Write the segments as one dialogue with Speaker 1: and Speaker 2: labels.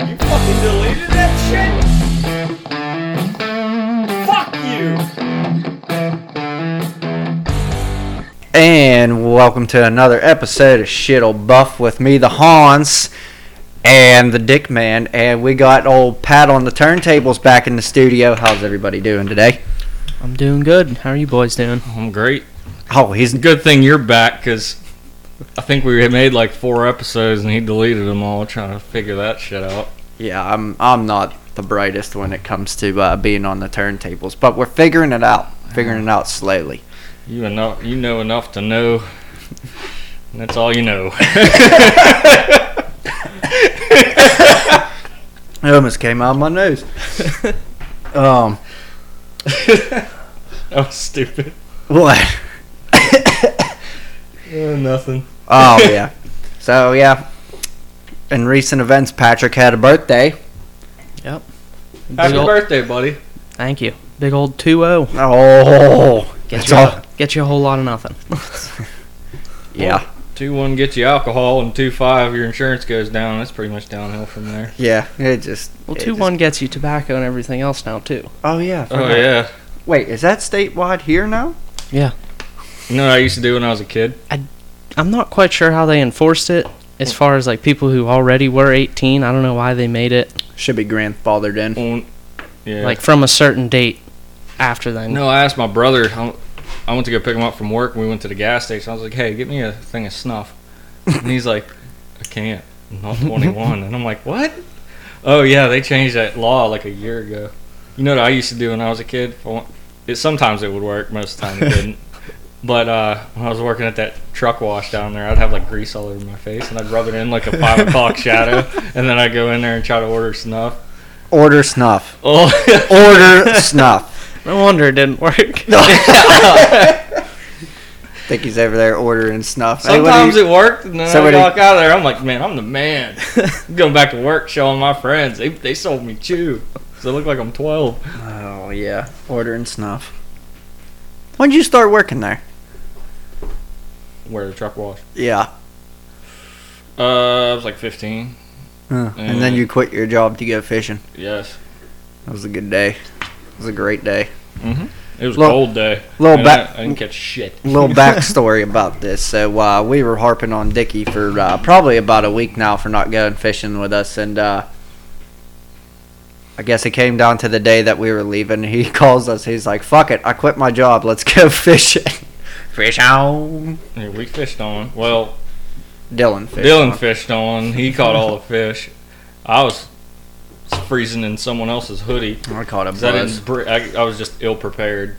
Speaker 1: fucking deleted that shit? Fuck you!
Speaker 2: And welcome to another episode of Shit'll Buff with me, the Hans, and the Dick Man. And we got old Pat on the turntables back in the studio. How's everybody doing today?
Speaker 3: I'm doing good. How are you boys doing?
Speaker 4: I'm great.
Speaker 2: Oh, he's
Speaker 4: Good thing you're back because I think we had made like four episodes and he deleted them all trying to figure that shit out.
Speaker 2: yeah. I'm I'm not the brightest when it comes to uh, being on the turntables, but we're figuring it out. Figuring it out slowly.
Speaker 4: You enough, you know enough to know. And that's all you know.
Speaker 2: It almost came out of my nose. um,
Speaker 4: that was stupid.
Speaker 2: what?
Speaker 4: Uh, nothing.
Speaker 2: Oh yeah. So yeah. In recent events, Patrick had a birthday.
Speaker 4: Happy
Speaker 3: Big ol-
Speaker 4: birthday, buddy.
Speaker 3: Thank you. Big old 2 0.
Speaker 2: Oh,
Speaker 3: Get,
Speaker 2: that's
Speaker 3: you
Speaker 2: all.
Speaker 3: a- get you a whole lot of nothing.
Speaker 2: Yeah,
Speaker 4: Two one gets you alcohol and two five your insurance goes down. That's pretty much downhill from there.
Speaker 2: yeah. It just
Speaker 3: Well,
Speaker 2: it
Speaker 3: 2 1 gets you tobacco and everything else now, too.
Speaker 2: just- Oh yeah. I
Speaker 4: Oh
Speaker 2: forgot.
Speaker 4: yeah.
Speaker 2: Wait, is that statewide here now?
Speaker 4: You know what I used to do when I was a kid?
Speaker 3: I'm not quite sure how they enforced it as far as like people who already were 18. I don't know why they made it
Speaker 2: Should be grandfathered in.
Speaker 4: On- yeah.
Speaker 3: like from a certain date after then.
Speaker 4: No, I asked my brother. I I went to go pick him up from work. and We went to the gas station. I was like, "Hey, get me a thing of snuff," and he's like, "I can't. I'm not 21." and I'm like, "What? Oh yeah, they changed that law like a year ago. You know what I used to do when I was a kid? If I want- It sometimes it would work. Most of the time it didn't. But uh, when I was working at that truck wash down there, I'd have like grease all over my face, and I'd rub it in like a five o'clock shadow, and then I'd go in there and try to order snuff.
Speaker 2: Order snuff.
Speaker 4: Oh,
Speaker 2: Order snuff.
Speaker 3: No wonder it didn't work.
Speaker 2: think he's over there ordering snuff. Hey, what do
Speaker 4: Sometimes
Speaker 2: you-
Speaker 4: it worked, and then
Speaker 2: Somebody-
Speaker 4: I walk out of there. I'm like, man, I'm the man. I'm going back to work, showing my friends. They, they sold me chew, so I look like I'm 12.
Speaker 2: oh yeah, ordering snuff. When did you start working there?
Speaker 4: Where the truck wash?
Speaker 2: Yeah.
Speaker 4: Uh, I was like 15.
Speaker 2: Uh, And then
Speaker 4: Mm.
Speaker 2: you quit your job to go fishing.
Speaker 4: Yes.
Speaker 2: That was a good day. It was a great day.
Speaker 4: Mm-hmm. It was a
Speaker 2: Little-
Speaker 4: cold day.
Speaker 2: little
Speaker 4: and
Speaker 2: back-
Speaker 4: I, I didn't catch shit.
Speaker 2: little backstory about this. So uh, we were harping on Dickie for uh, probably about a week now for not going fishing with us, and uh, I guess it came down to the day that we were leaving. He calls us. He's like, "Fuck it, I quit my job. Let's go fishing." Fish on.
Speaker 4: Yeah, we fished on. Well,
Speaker 2: Dylan fished.
Speaker 4: Dylan
Speaker 2: on.
Speaker 4: fished on. He caught all the fish. I was freezing in someone else's hoodie.
Speaker 2: I caught a
Speaker 4: 'cause I,
Speaker 2: buzz.
Speaker 4: didn't, br- I, I was just ill prepared.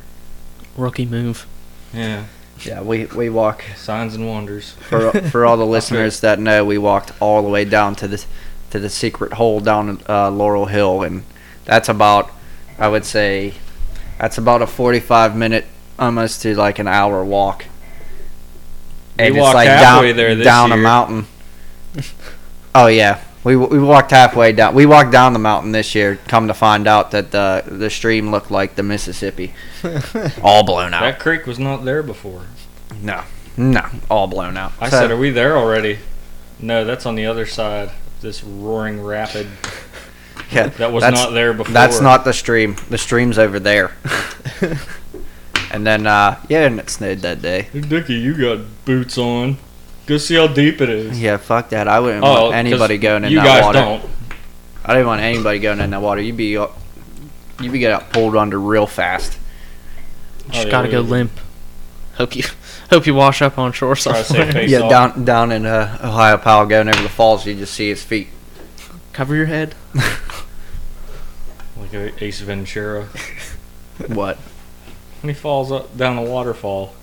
Speaker 3: Rookie move.
Speaker 4: Yeah.
Speaker 2: Yeah, we we walk
Speaker 4: Signs and wonders.
Speaker 2: for for all the listeners that know. We walked all the way down to the to the secret hole down in, uh, Laurel Hill, and that's about I would say that's about a forty five minute almost to like an hour walk.
Speaker 4: We
Speaker 2: And it's
Speaker 4: walked
Speaker 2: like
Speaker 4: halfway
Speaker 2: down
Speaker 4: there this
Speaker 2: down a
Speaker 4: year.
Speaker 2: mountain. oh yeah. We, we walked halfway down. We walked down the mountain this year. Come to find out that the the stream looked like the Mississippi, all blown out.
Speaker 4: That creek was not there before.
Speaker 2: No, no, all blown out.
Speaker 4: I
Speaker 2: So-
Speaker 4: said, "Are we there already?" No, that's on the other side. This roaring rapid
Speaker 2: yeah,
Speaker 4: that was
Speaker 2: that's-
Speaker 4: not there before.
Speaker 2: That's not the stream. The stream's over there. and then, uh, yeah, and it snowed that day.
Speaker 4: Hey, Dickie, you got boots on. Go see how deep it is.
Speaker 2: Yeah, fuck that. I wouldn't
Speaker 4: Oh,
Speaker 2: want anybody
Speaker 4: 'cause
Speaker 2: going in
Speaker 4: you
Speaker 2: that
Speaker 4: guys
Speaker 2: water.
Speaker 4: don't.
Speaker 2: I didn't want anybody going in that water. You'd be, uh, you'd be getting pulled under real fast.
Speaker 3: Just
Speaker 4: Oh, yeah,
Speaker 3: gotta
Speaker 4: we
Speaker 3: go
Speaker 4: would.
Speaker 3: limp. Hope you hope you wash up on shore
Speaker 4: Try to
Speaker 3: somewhere.
Speaker 4: say face
Speaker 2: yeah,
Speaker 4: off.
Speaker 2: down down in uh, Ohio, Powell, going over the falls, you just see his feet.
Speaker 3: Cover your head.
Speaker 4: like a Ace Ventura.
Speaker 2: What?
Speaker 4: When he falls up down the waterfall,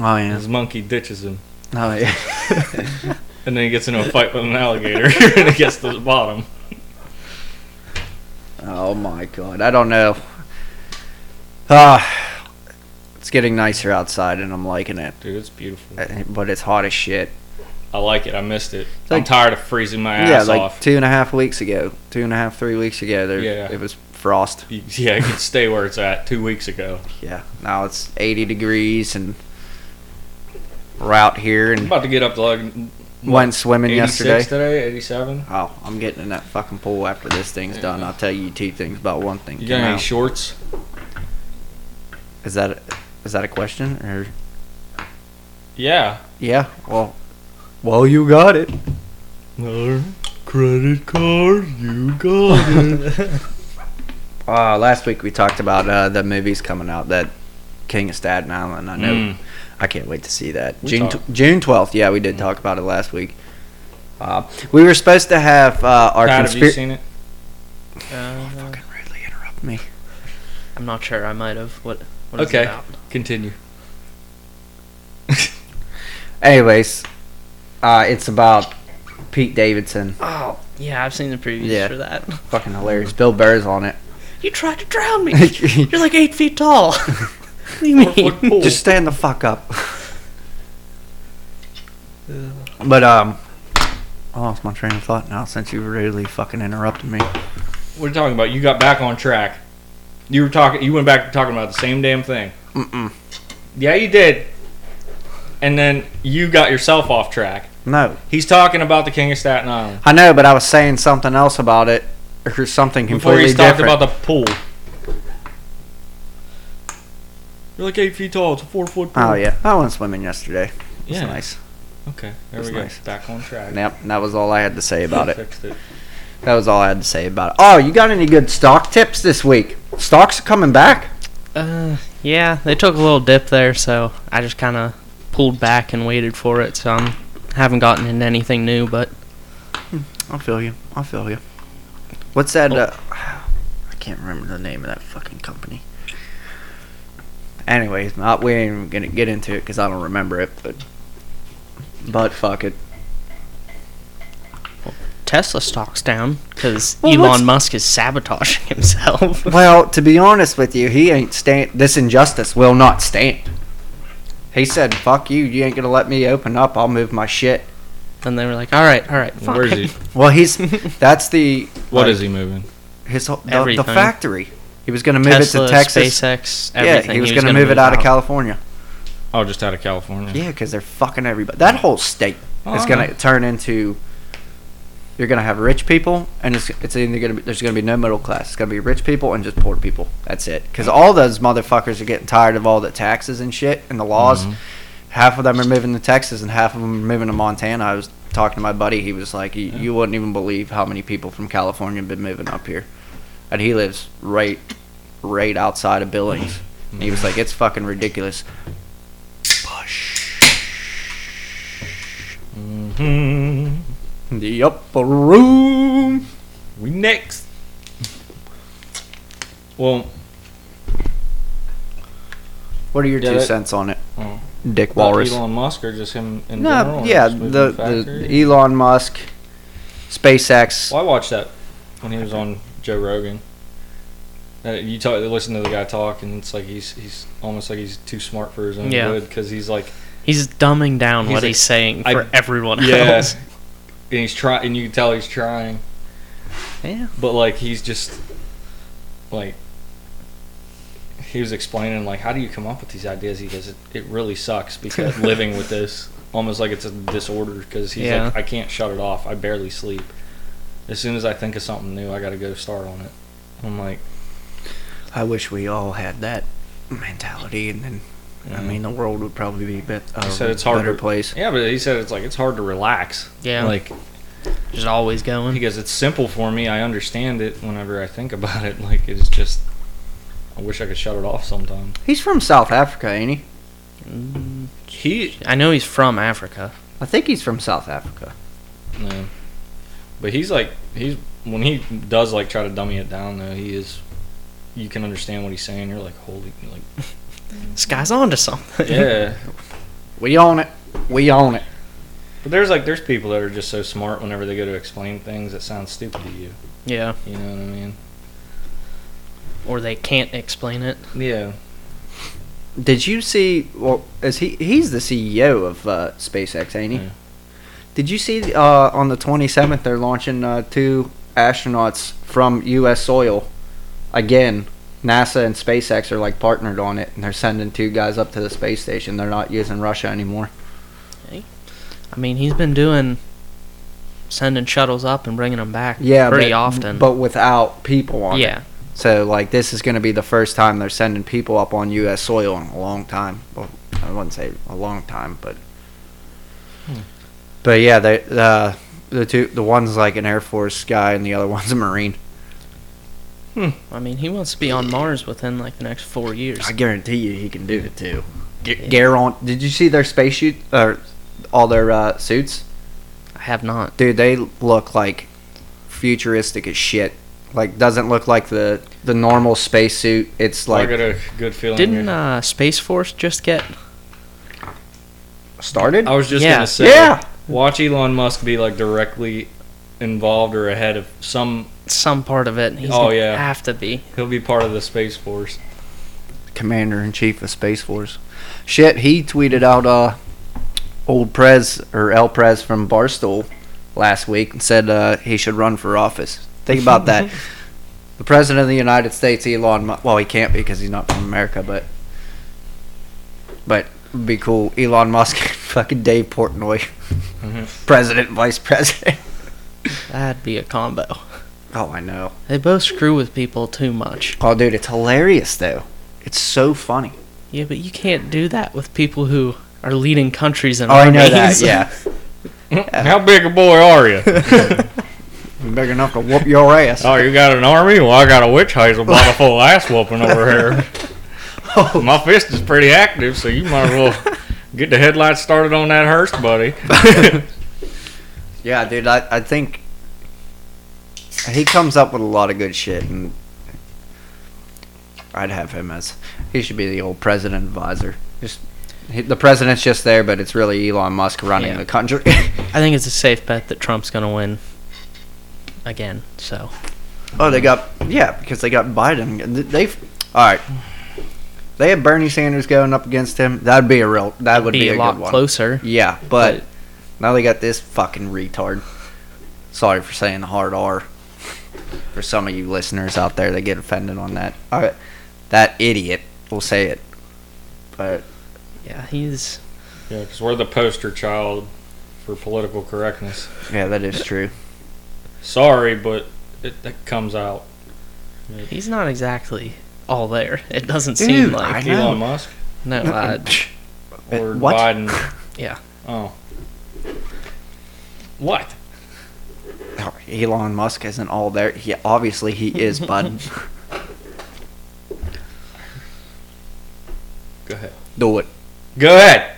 Speaker 2: Oh yeah.
Speaker 4: his monkey ditches him,
Speaker 2: Oh yeah.
Speaker 4: and then he gets into a fight with an alligator, and he gets to the bottom.
Speaker 2: Oh my god, I don't know. Ah, it's getting nicer outside, and I'm liking it,
Speaker 4: Dude, it's beautiful.
Speaker 2: Uh, but it's hot as shit.
Speaker 4: I like it. I missed it. I'm
Speaker 2: Like-
Speaker 4: tired of freezing my
Speaker 2: Yeah,
Speaker 4: ass
Speaker 2: like
Speaker 4: off.
Speaker 2: two and a half weeks ago, two and a half, three weeks ago, there
Speaker 4: Yeah.
Speaker 2: it was frost.
Speaker 4: You- yeah, it could stay where it's at. Two weeks ago,
Speaker 2: Yeah, now it's 80 degrees, and we're out here,
Speaker 4: I'm
Speaker 2: and
Speaker 4: about to get up to like
Speaker 2: Went swimming
Speaker 4: 86
Speaker 2: yesterday.
Speaker 4: today, 87.
Speaker 2: Oh, I'm getting in that fucking pool after this thing's done. I'll tell you two things about one thing.
Speaker 4: You got
Speaker 2: came
Speaker 4: any
Speaker 2: out.
Speaker 4: shorts?
Speaker 2: Is that is that a question or?
Speaker 4: Yeah.
Speaker 2: Yeah. Well. Well, you got it.
Speaker 4: Credit card, you got it.
Speaker 2: Uh, last week we talked about uh, the movies coming out that King of Staten Island. I know.
Speaker 4: Mm.
Speaker 2: I can't wait to see that.
Speaker 4: We
Speaker 2: June
Speaker 4: talked. Hmm.
Speaker 2: tw- June twelfth. Yeah, we did talk about it last week. Uh, we were supposed to have uh, our
Speaker 4: Pat, have you
Speaker 2: conspiracy.
Speaker 4: seen it?
Speaker 3: Uh,
Speaker 2: Fucking rudely interrupt me.
Speaker 3: I'm not sure. I might have. What? what is it
Speaker 4: Okay.
Speaker 3: about?
Speaker 4: Continue.
Speaker 2: Anyways, uh, it's about Pete Davidson.
Speaker 3: Oh, yeah, I've seen the previews
Speaker 2: Yeah.
Speaker 3: for that.
Speaker 2: Fucking hilarious. Bill Burr's on it.
Speaker 3: You tried to drown me. You're like eight feet tall. what do you mean?
Speaker 2: Just stand the fuck up. but um, I lost my train of thought now since you really fucking interrupted me.
Speaker 4: What are you talking about? You got back on track. You were talking. You went back to talking about the same damn thing.
Speaker 2: Mm-mm.
Speaker 4: Yeah, you did. And then you got yourself off track.
Speaker 2: No,
Speaker 4: He's talking about the King of Staten Island.
Speaker 2: I know, but I was saying something else about it or something
Speaker 4: Before
Speaker 2: completely
Speaker 4: he's talked
Speaker 2: different.
Speaker 4: about the pool. You're like eight feet tall. It's a four foot pool.
Speaker 2: oh yeah, I went swimming yesterday. It was
Speaker 4: Yeah.
Speaker 2: nice.
Speaker 4: Okay. There
Speaker 2: That's
Speaker 4: we go.
Speaker 2: nice.
Speaker 4: Back on track.
Speaker 2: Yep, that was all I had to say about it.
Speaker 4: Fixed it.
Speaker 2: That was all I had to say about it. Oh, you got any good stock tips this week? Stocks are coming back.
Speaker 3: Uh, yeah, they took a little dip there, so I just kind of pulled back and waited for it. So I haven't gotten into anything new, but
Speaker 2: I feel you. I feel you. What's that?
Speaker 4: Oh.
Speaker 2: Uh, I can't remember the name of that fucking company. Anyways, not we ain't even gonna get into it because I don't remember it. But but fuck it.
Speaker 3: Tesla stock's down because
Speaker 2: Well, what's-
Speaker 3: Elon Musk is sabotaging himself.
Speaker 2: Well, to be honest with you, he ain't stand. This injustice will not stand. He said, "Fuck you. You ain't gonna let me open up. I'll move my shit."
Speaker 3: and they were like, "All right, all right, fine."
Speaker 4: Where is he?
Speaker 2: Well, he's that's the
Speaker 4: What
Speaker 2: like,
Speaker 4: is he moving?
Speaker 2: his whole- the, the
Speaker 3: Everything.
Speaker 2: factory. He was gonna move
Speaker 3: Tesla,
Speaker 2: it to Texas.
Speaker 3: SpaceX,
Speaker 2: yeah,
Speaker 3: everything.
Speaker 2: he was, gonna, move it out of California.
Speaker 4: Oh, just out of California.
Speaker 2: Yeah, because they're fucking everybody. That whole state
Speaker 4: Oh,
Speaker 2: is
Speaker 4: I
Speaker 2: going
Speaker 4: know.
Speaker 2: to turn into. You're going to have rich people, and it's, it's either going to be there's going to be no middle class. It's going to be rich people and just poor people. That's it. Because
Speaker 4: Mm-hmm.
Speaker 2: all those motherfuckers are getting tired of all the taxes and shit and the laws.
Speaker 4: Mm-hmm.
Speaker 2: Half of them are moving to Texas, and half of them are moving to Montana. I was talking to my buddy. He was like, "You, you wouldn't even believe how many people from California have been moving up here," and he lives right, right outside of Billings. And he was like, "It's fucking ridiculous."
Speaker 4: Mhm.
Speaker 2: The upper room.
Speaker 4: We next. Well,
Speaker 2: What are your
Speaker 4: Yeah,
Speaker 2: two
Speaker 4: that-
Speaker 2: cents on it?
Speaker 4: Oh.
Speaker 2: Dick
Speaker 4: about
Speaker 2: Walrus.
Speaker 4: Elon Musk or just him in
Speaker 2: no,
Speaker 4: general? or
Speaker 2: yeah,
Speaker 4: just moving
Speaker 2: the, e-
Speaker 4: factory?
Speaker 2: the Elon Musk, SpaceX.
Speaker 4: Well, I watched that when he was on Joe Rogan. Uh, you talk, listen to the guy talk, and it's like he's he's almost like he's too smart for his own
Speaker 3: Yeah.
Speaker 4: good because he's like,
Speaker 3: He's dumbing down
Speaker 4: He's
Speaker 3: what
Speaker 4: like,
Speaker 3: he's saying
Speaker 4: I-
Speaker 3: for everyone
Speaker 4: yeah,
Speaker 3: else.
Speaker 4: and he's trying, and you can tell he's trying,
Speaker 3: Yeah.
Speaker 4: but like he's just like he was explaining like how do you come up with these ideas? He goes, it, it really sucks because living with this almost like it's a disorder because he's
Speaker 3: Yeah.
Speaker 4: like I can't shut it off. I barely sleep. As soon as I think of something new, I got to go start on it. I'm like.
Speaker 2: I wish we all had that mentality, and then I
Speaker 4: Mhm.
Speaker 2: mean the world would probably be a bit uh,
Speaker 4: He said it's hard
Speaker 2: better
Speaker 4: to-
Speaker 2: place.
Speaker 4: Yeah, but he said it's like it's hard to relax.
Speaker 3: Yeah.
Speaker 4: Like
Speaker 3: Just always
Speaker 4: he
Speaker 3: going.
Speaker 4: goes, it's simple for me. I understand it whenever I think about it. Like it's just, I wish I could shut it off sometime.
Speaker 2: He's from South Africa, ain't he?
Speaker 4: He,
Speaker 3: I know he's from Africa.
Speaker 2: I think he's from South Africa.
Speaker 4: no. but he's like he's when he does like try to dummy it down though. He is, you can understand what he's saying. You're like, holy, you're like
Speaker 3: This guy's onto something.
Speaker 4: yeah.
Speaker 2: We own it. We own it.
Speaker 4: but there's like there's people that are just so smart whenever they go to explain things that sound stupid to you.
Speaker 3: yeah.
Speaker 4: You know what I mean?
Speaker 3: Or they can't explain it.
Speaker 4: Yeah.
Speaker 2: Did you see? Well, is he? He's the CEO of uh, SpaceX, ain't he?
Speaker 4: Yeah.
Speaker 2: Did you see uh, on the twenty seventh they're launching uh, two astronauts from U.S. soil? Again, NASA and SpaceX are like partnered on it, and they're sending two guys up to the space station. They're not using Russia anymore.
Speaker 3: I mean, he's been doing sending shuttles up and bringing them back
Speaker 2: Yeah,
Speaker 3: pretty
Speaker 2: but-
Speaker 3: often.
Speaker 2: but without people on it.
Speaker 3: yeah,
Speaker 2: So like this is going to be the first time they're sending people up on U.S. soil in a long time. Well, I wouldn't say a long time, but but yeah, they uh, the two the one's like an Air Force guy and the other one's a Marine.
Speaker 3: I mean, he wants to be on Mars within like the next four years.
Speaker 2: I guarantee you, he can do it too. Gu- Guaran- Did you see their spacesuit or all their uh, suits?
Speaker 3: I have not.
Speaker 2: Dude, they look like futuristic as shit. Like doesn't look like the the normal spacesuit. It's
Speaker 4: I
Speaker 2: like
Speaker 4: got a good feeling.
Speaker 3: Didn't
Speaker 4: here.
Speaker 3: uh, Space Force just get?
Speaker 2: started.
Speaker 4: I was just
Speaker 3: Yeah.
Speaker 4: gonna say,
Speaker 2: Yeah,
Speaker 4: watch Elon Musk be like directly involved or ahead of some.
Speaker 3: some part of it. and He's
Speaker 4: Oh,
Speaker 3: gonna
Speaker 4: yeah.
Speaker 3: have to be.
Speaker 4: He'll be part of the space force.
Speaker 2: commander in chief of Space Force. Shit, he tweeted out uh old Prez or El Prez from Barstool last week and said uh, he should run for office. Think about that. the president of the United States, Elon. Mu- Well, he can't be because he's not from America, but but it'd be cool. Elon Musk, and fucking Dave Portnoy,
Speaker 4: Mhm.
Speaker 2: president, and vice president.
Speaker 3: That'd be a combo.
Speaker 2: Oh, I know.
Speaker 3: They both screw with people too much.
Speaker 2: Oh, dude, it's hilarious though. It's so funny.
Speaker 3: Yeah, but you can't do that with people who are leading countries and
Speaker 2: Oh, I know that.
Speaker 3: armies.
Speaker 2: Yeah,
Speaker 4: How big a boy are you?
Speaker 2: big enough to whoop your ass.
Speaker 4: oh, you got an army? Well, I got a witch hazel bottle full of ass whooping over here. My fist is pretty active, so you might as well get the headlights started on that hearse, buddy.
Speaker 2: Yeah, dude, I, I think he comes up with a lot of good shit, and I'd have him as he should be the old president advisor. Just he, the president's just there, but it's really Elon Musk running
Speaker 3: Yeah.
Speaker 2: the country.
Speaker 3: I think it's a safe bet that Trump's gonna win again. So
Speaker 2: oh, they got yeah because they got Biden. and th- They've all right. They had Bernie Sanders going up against him. That'd be a real. That would
Speaker 3: be,
Speaker 2: be,
Speaker 3: a,
Speaker 2: good
Speaker 3: lot
Speaker 2: one.
Speaker 3: closer.
Speaker 2: Yeah, but now they got this fucking retard. Sorry for saying the hard R. For some of you listeners out there that get offended on that, I, that idiot will say it. But
Speaker 3: Yeah, he's
Speaker 4: Yeah, because we're the poster child for political correctness.
Speaker 2: yeah, that is true.
Speaker 4: Sorry, but it, that comes out.
Speaker 3: he's not exactly all there. It doesn't
Speaker 2: Dude,
Speaker 3: seem like
Speaker 2: I know.
Speaker 4: Elon Musk
Speaker 3: no. Uh,
Speaker 4: or
Speaker 2: What?
Speaker 4: Biden?
Speaker 3: yeah,
Speaker 4: Oh. What?
Speaker 2: Elon Musk isn't all there. He obviously he is, bud.
Speaker 4: Go ahead.
Speaker 2: Do it.
Speaker 4: Go ahead.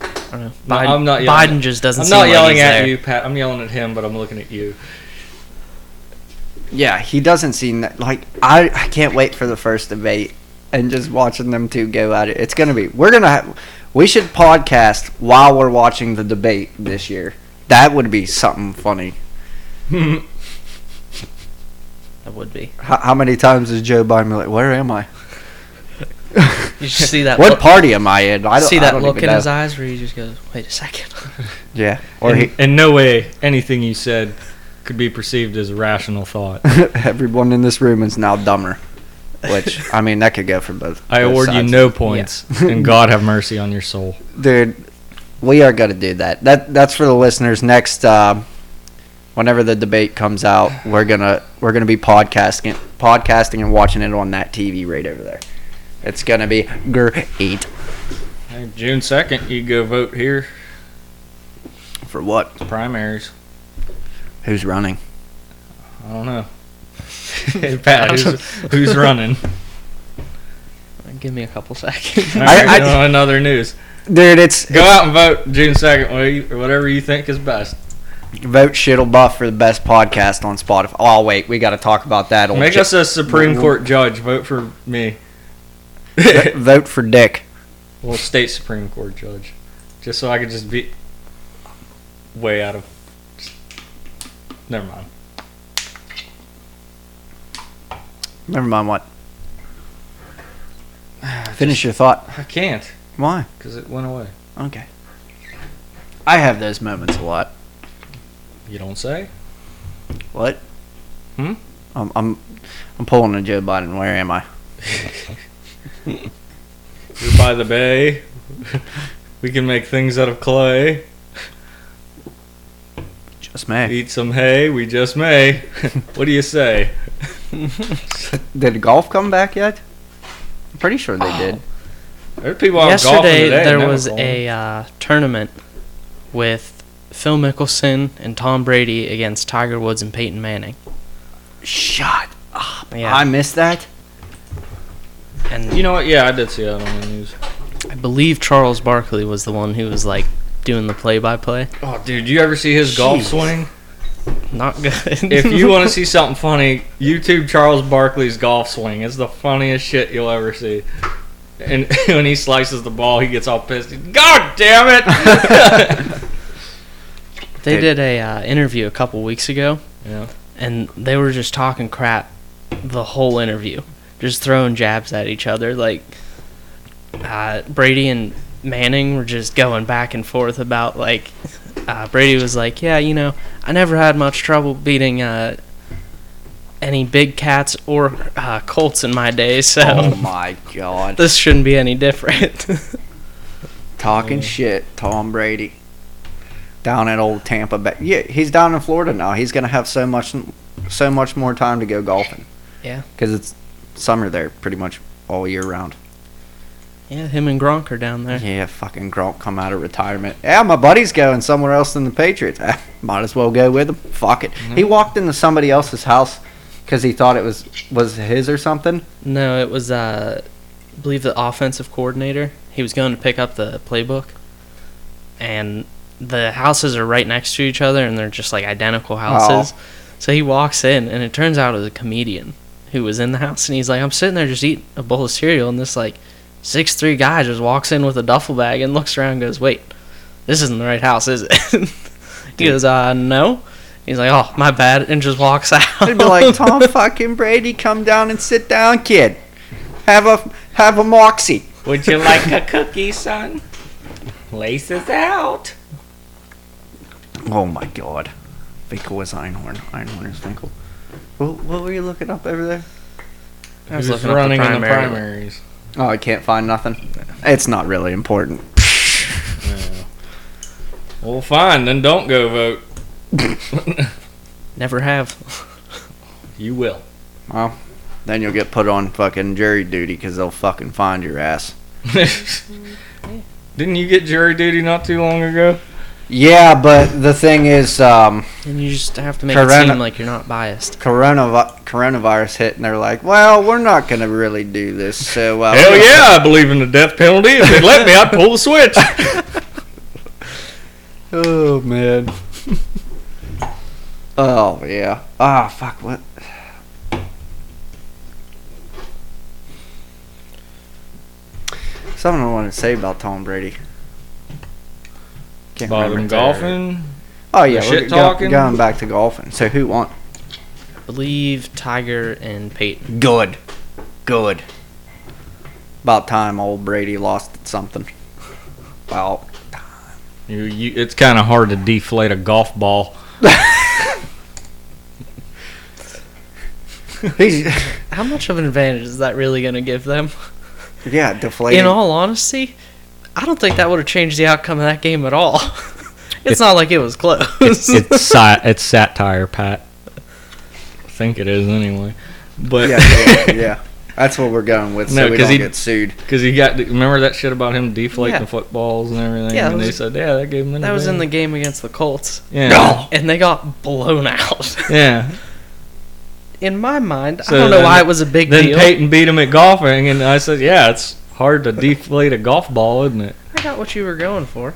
Speaker 3: I don't know. Biden,
Speaker 4: No, I'm not yelling
Speaker 3: Biden just doesn't.
Speaker 4: I'm
Speaker 3: seem
Speaker 4: not
Speaker 3: like
Speaker 4: yelling
Speaker 3: he's
Speaker 4: at
Speaker 3: there.
Speaker 4: you, Pat. I'm yelling at him, but I'm looking at you.
Speaker 2: Yeah, he doesn't seem that, like I. I can't wait for the first debate and just watching them two go at it. It's gonna be. We're gonna. Have, we should podcast while we're watching the debate this year. That would be something funny.
Speaker 3: That would be.
Speaker 2: How, how many times is Joe Biden like, where am I?
Speaker 3: You should see that.
Speaker 2: what
Speaker 3: look,
Speaker 2: party am I in? I don't
Speaker 3: see
Speaker 2: I
Speaker 3: that
Speaker 2: don't
Speaker 3: look
Speaker 2: even
Speaker 3: in his
Speaker 2: know.
Speaker 3: eyes where he just goes, "Wait a second.
Speaker 2: Yeah, or
Speaker 4: in,
Speaker 2: he,
Speaker 4: in no way anything you said could be perceived as a rational thought.
Speaker 2: everyone in this room is now dumber. Which I mean, that could go for both.
Speaker 4: I
Speaker 2: both
Speaker 4: award you
Speaker 2: sides.
Speaker 4: no points, and God have mercy on your soul.
Speaker 2: dude. We are gonna do that. That that's for the listeners. Next, uh, whenever the debate comes out, we're gonna we're gonna be podcasting podcasting and watching it on that TV right over there. It's gonna be great
Speaker 4: Hey, June second, you go vote here.
Speaker 2: for what?
Speaker 4: Primaries.
Speaker 2: Who's running?
Speaker 4: I don't know. hey, Pat, who's, who's running?
Speaker 3: Give me a couple seconds."
Speaker 4: All
Speaker 2: I-
Speaker 4: right,
Speaker 2: I-
Speaker 4: on other news.
Speaker 2: Dude, it's
Speaker 4: Go out and vote June second, whatever you think is best.
Speaker 2: vote shittle buff for the best podcast on Spotify. Oh wait, we gotta talk about that. on
Speaker 4: Make
Speaker 2: Ch-
Speaker 4: us a Supreme Court judge. Vote for me.
Speaker 2: vote for Dick.
Speaker 4: well, state Supreme Court judge, just so I could just be way out of. Never mind.
Speaker 2: Never mind what. Finish your thought.
Speaker 4: I can't
Speaker 2: Why?
Speaker 4: because it went away.
Speaker 2: Okay. I have those moments a lot.
Speaker 4: You don't say.
Speaker 2: What?
Speaker 4: Hmm?
Speaker 2: I'm I'm, I'm pulling a Joe Biden. Where am I?
Speaker 4: You're by the bay. we can make things out of clay.
Speaker 2: Just me.
Speaker 4: Eat some hay, we just may. what do you say?
Speaker 2: Did golf come back yet? I'm pretty sure they did.
Speaker 4: There are people out golfing
Speaker 3: Yesterday
Speaker 4: today.
Speaker 3: there
Speaker 4: never
Speaker 3: was
Speaker 4: golfing.
Speaker 3: a uh, tournament with Phil Mickelson and Tom Brady against Tiger Woods and Peyton Manning.
Speaker 2: Shut.
Speaker 3: Yeah,
Speaker 2: I missed that.
Speaker 3: and
Speaker 4: You know what? Yeah, I did see that on the news.
Speaker 3: I believe Charles Barkley was the one who was like doing the play-by-play.
Speaker 4: Oh, dude, you ever see his golf
Speaker 2: Jeez.
Speaker 4: swing?
Speaker 3: Not good.
Speaker 4: If you want to see something funny, YouTube Charles Barkley's golf swing. It's the funniest shit you'll ever see. And when he slices the ball, he gets all pissed. God damn it!
Speaker 3: they did a uh, interview a couple weeks ago,
Speaker 4: yeah.
Speaker 3: and they were just talking crap the whole interview, just throwing jabs at each other. Like uh, Brady and Manning were just going back and forth about like uh, Brady was like, yeah, you know, I never had much trouble beating uh, any big cats or uh, Colts in my day, so
Speaker 2: Oh my god.
Speaker 3: this shouldn't be any different.
Speaker 2: Talking shit, Tom Brady. Down at old Tampa Bay. Yeah, he's down in Florida now. He's gonna have so much, so much more time to go golfing.
Speaker 3: Yeah.
Speaker 2: Because it's summer there, pretty much all year round.
Speaker 3: yeah, him and Gronk are down there.
Speaker 2: Yeah, fucking Gronk come out of retirement. Yeah, my buddy's going somewhere else than the Patriots. Ah, Might as well go with him. Fuck it. He walked into somebody else's house because he thought it was was his or something.
Speaker 3: No, it was uh, I believe the offensive coordinator. He was going to pick up the playbook, and the houses are right next to each other, and they're just like identical houses. So he walks in, and it turns out it was a comedian who was in the house, and he's like, "I'm sitting there just eating a bowl of cereal," and this like six three guy just walks in with a duffel bag and looks around, and goes, "Wait, this isn't the right house, is it?" he goes, "Uh, no." He's like, "Oh, my bad," and just walks out.
Speaker 2: They'd be like, Tom fucking Brady, come down and sit down, kid. Have a have a moxie.
Speaker 4: Would you like a cookie, son? Laces out.
Speaker 2: Oh my god. Finkel was Einhorn. Einhorn is Finkel. What, what were you looking up over there?
Speaker 3: I
Speaker 4: Who's
Speaker 3: up the
Speaker 4: running in the
Speaker 3: primary.
Speaker 4: primaries?
Speaker 2: Oh, I can't find nothing. It's not really important.
Speaker 4: Well, fine, then don't go vote.
Speaker 3: Never have.
Speaker 4: You will.
Speaker 2: Well, then you'll get put on fucking jury duty because they'll fucking find your ass.
Speaker 4: Didn't you get jury duty not too long ago?
Speaker 2: Yeah, but the thing is, um,
Speaker 3: And you just have to make it
Speaker 2: Corona-
Speaker 3: seem like you're not biased.
Speaker 2: coronavi- coronavirus hit, and they're like, "Well, we're not gonna really do this." So uh,
Speaker 4: Hell
Speaker 2: we're-
Speaker 4: yeah, I believe in the death penalty. If they let me, I'd pull the switch.
Speaker 2: Oh man. oh yeah. Ah fuck. What? Something I wanted to say about Tom Brady. Can't
Speaker 4: About
Speaker 2: remember.
Speaker 4: him golfing.
Speaker 2: Oh yeah,
Speaker 4: the
Speaker 2: we're
Speaker 4: shit
Speaker 2: go-
Speaker 4: talking?
Speaker 2: going back to golfing. So who won?
Speaker 3: I believe Tiger and Peyton.
Speaker 2: Good. Good. About time old Brady lost at something. About
Speaker 4: You, you, it's kind of hard to deflate a golf ball.
Speaker 2: he's
Speaker 3: How much of an advantage is that really going to give them?
Speaker 2: yeah deflating.
Speaker 3: In all honesty, I don't think that would have changed the outcome of that game at all. it's not like it was close.
Speaker 4: it's si- it's satire, Pat. I think it is anyway. But
Speaker 2: yeah, yeah, yeah. That's what we're going with, so
Speaker 4: No,
Speaker 2: we
Speaker 4: 'cause
Speaker 2: don't
Speaker 4: he-
Speaker 2: get sued.
Speaker 4: because he got remember that shit about him deflating
Speaker 3: Yeah.
Speaker 4: the footballs and everything.
Speaker 3: Yeah,
Speaker 4: and
Speaker 3: that
Speaker 4: they
Speaker 3: was-
Speaker 4: said, yeah, that gave him. an
Speaker 3: that was in the
Speaker 4: advantage."
Speaker 3: game against the Colts,
Speaker 4: yeah,
Speaker 3: and they got blown out.
Speaker 4: yeah.
Speaker 3: In my mind,
Speaker 4: So
Speaker 3: I don't know
Speaker 4: then-
Speaker 3: why it was a big
Speaker 4: Then
Speaker 3: deal.
Speaker 4: Peyton beat him at golfing, and I said, yeah, it's hard to deflate a golf ball, isn't it?
Speaker 3: I got what you were going for.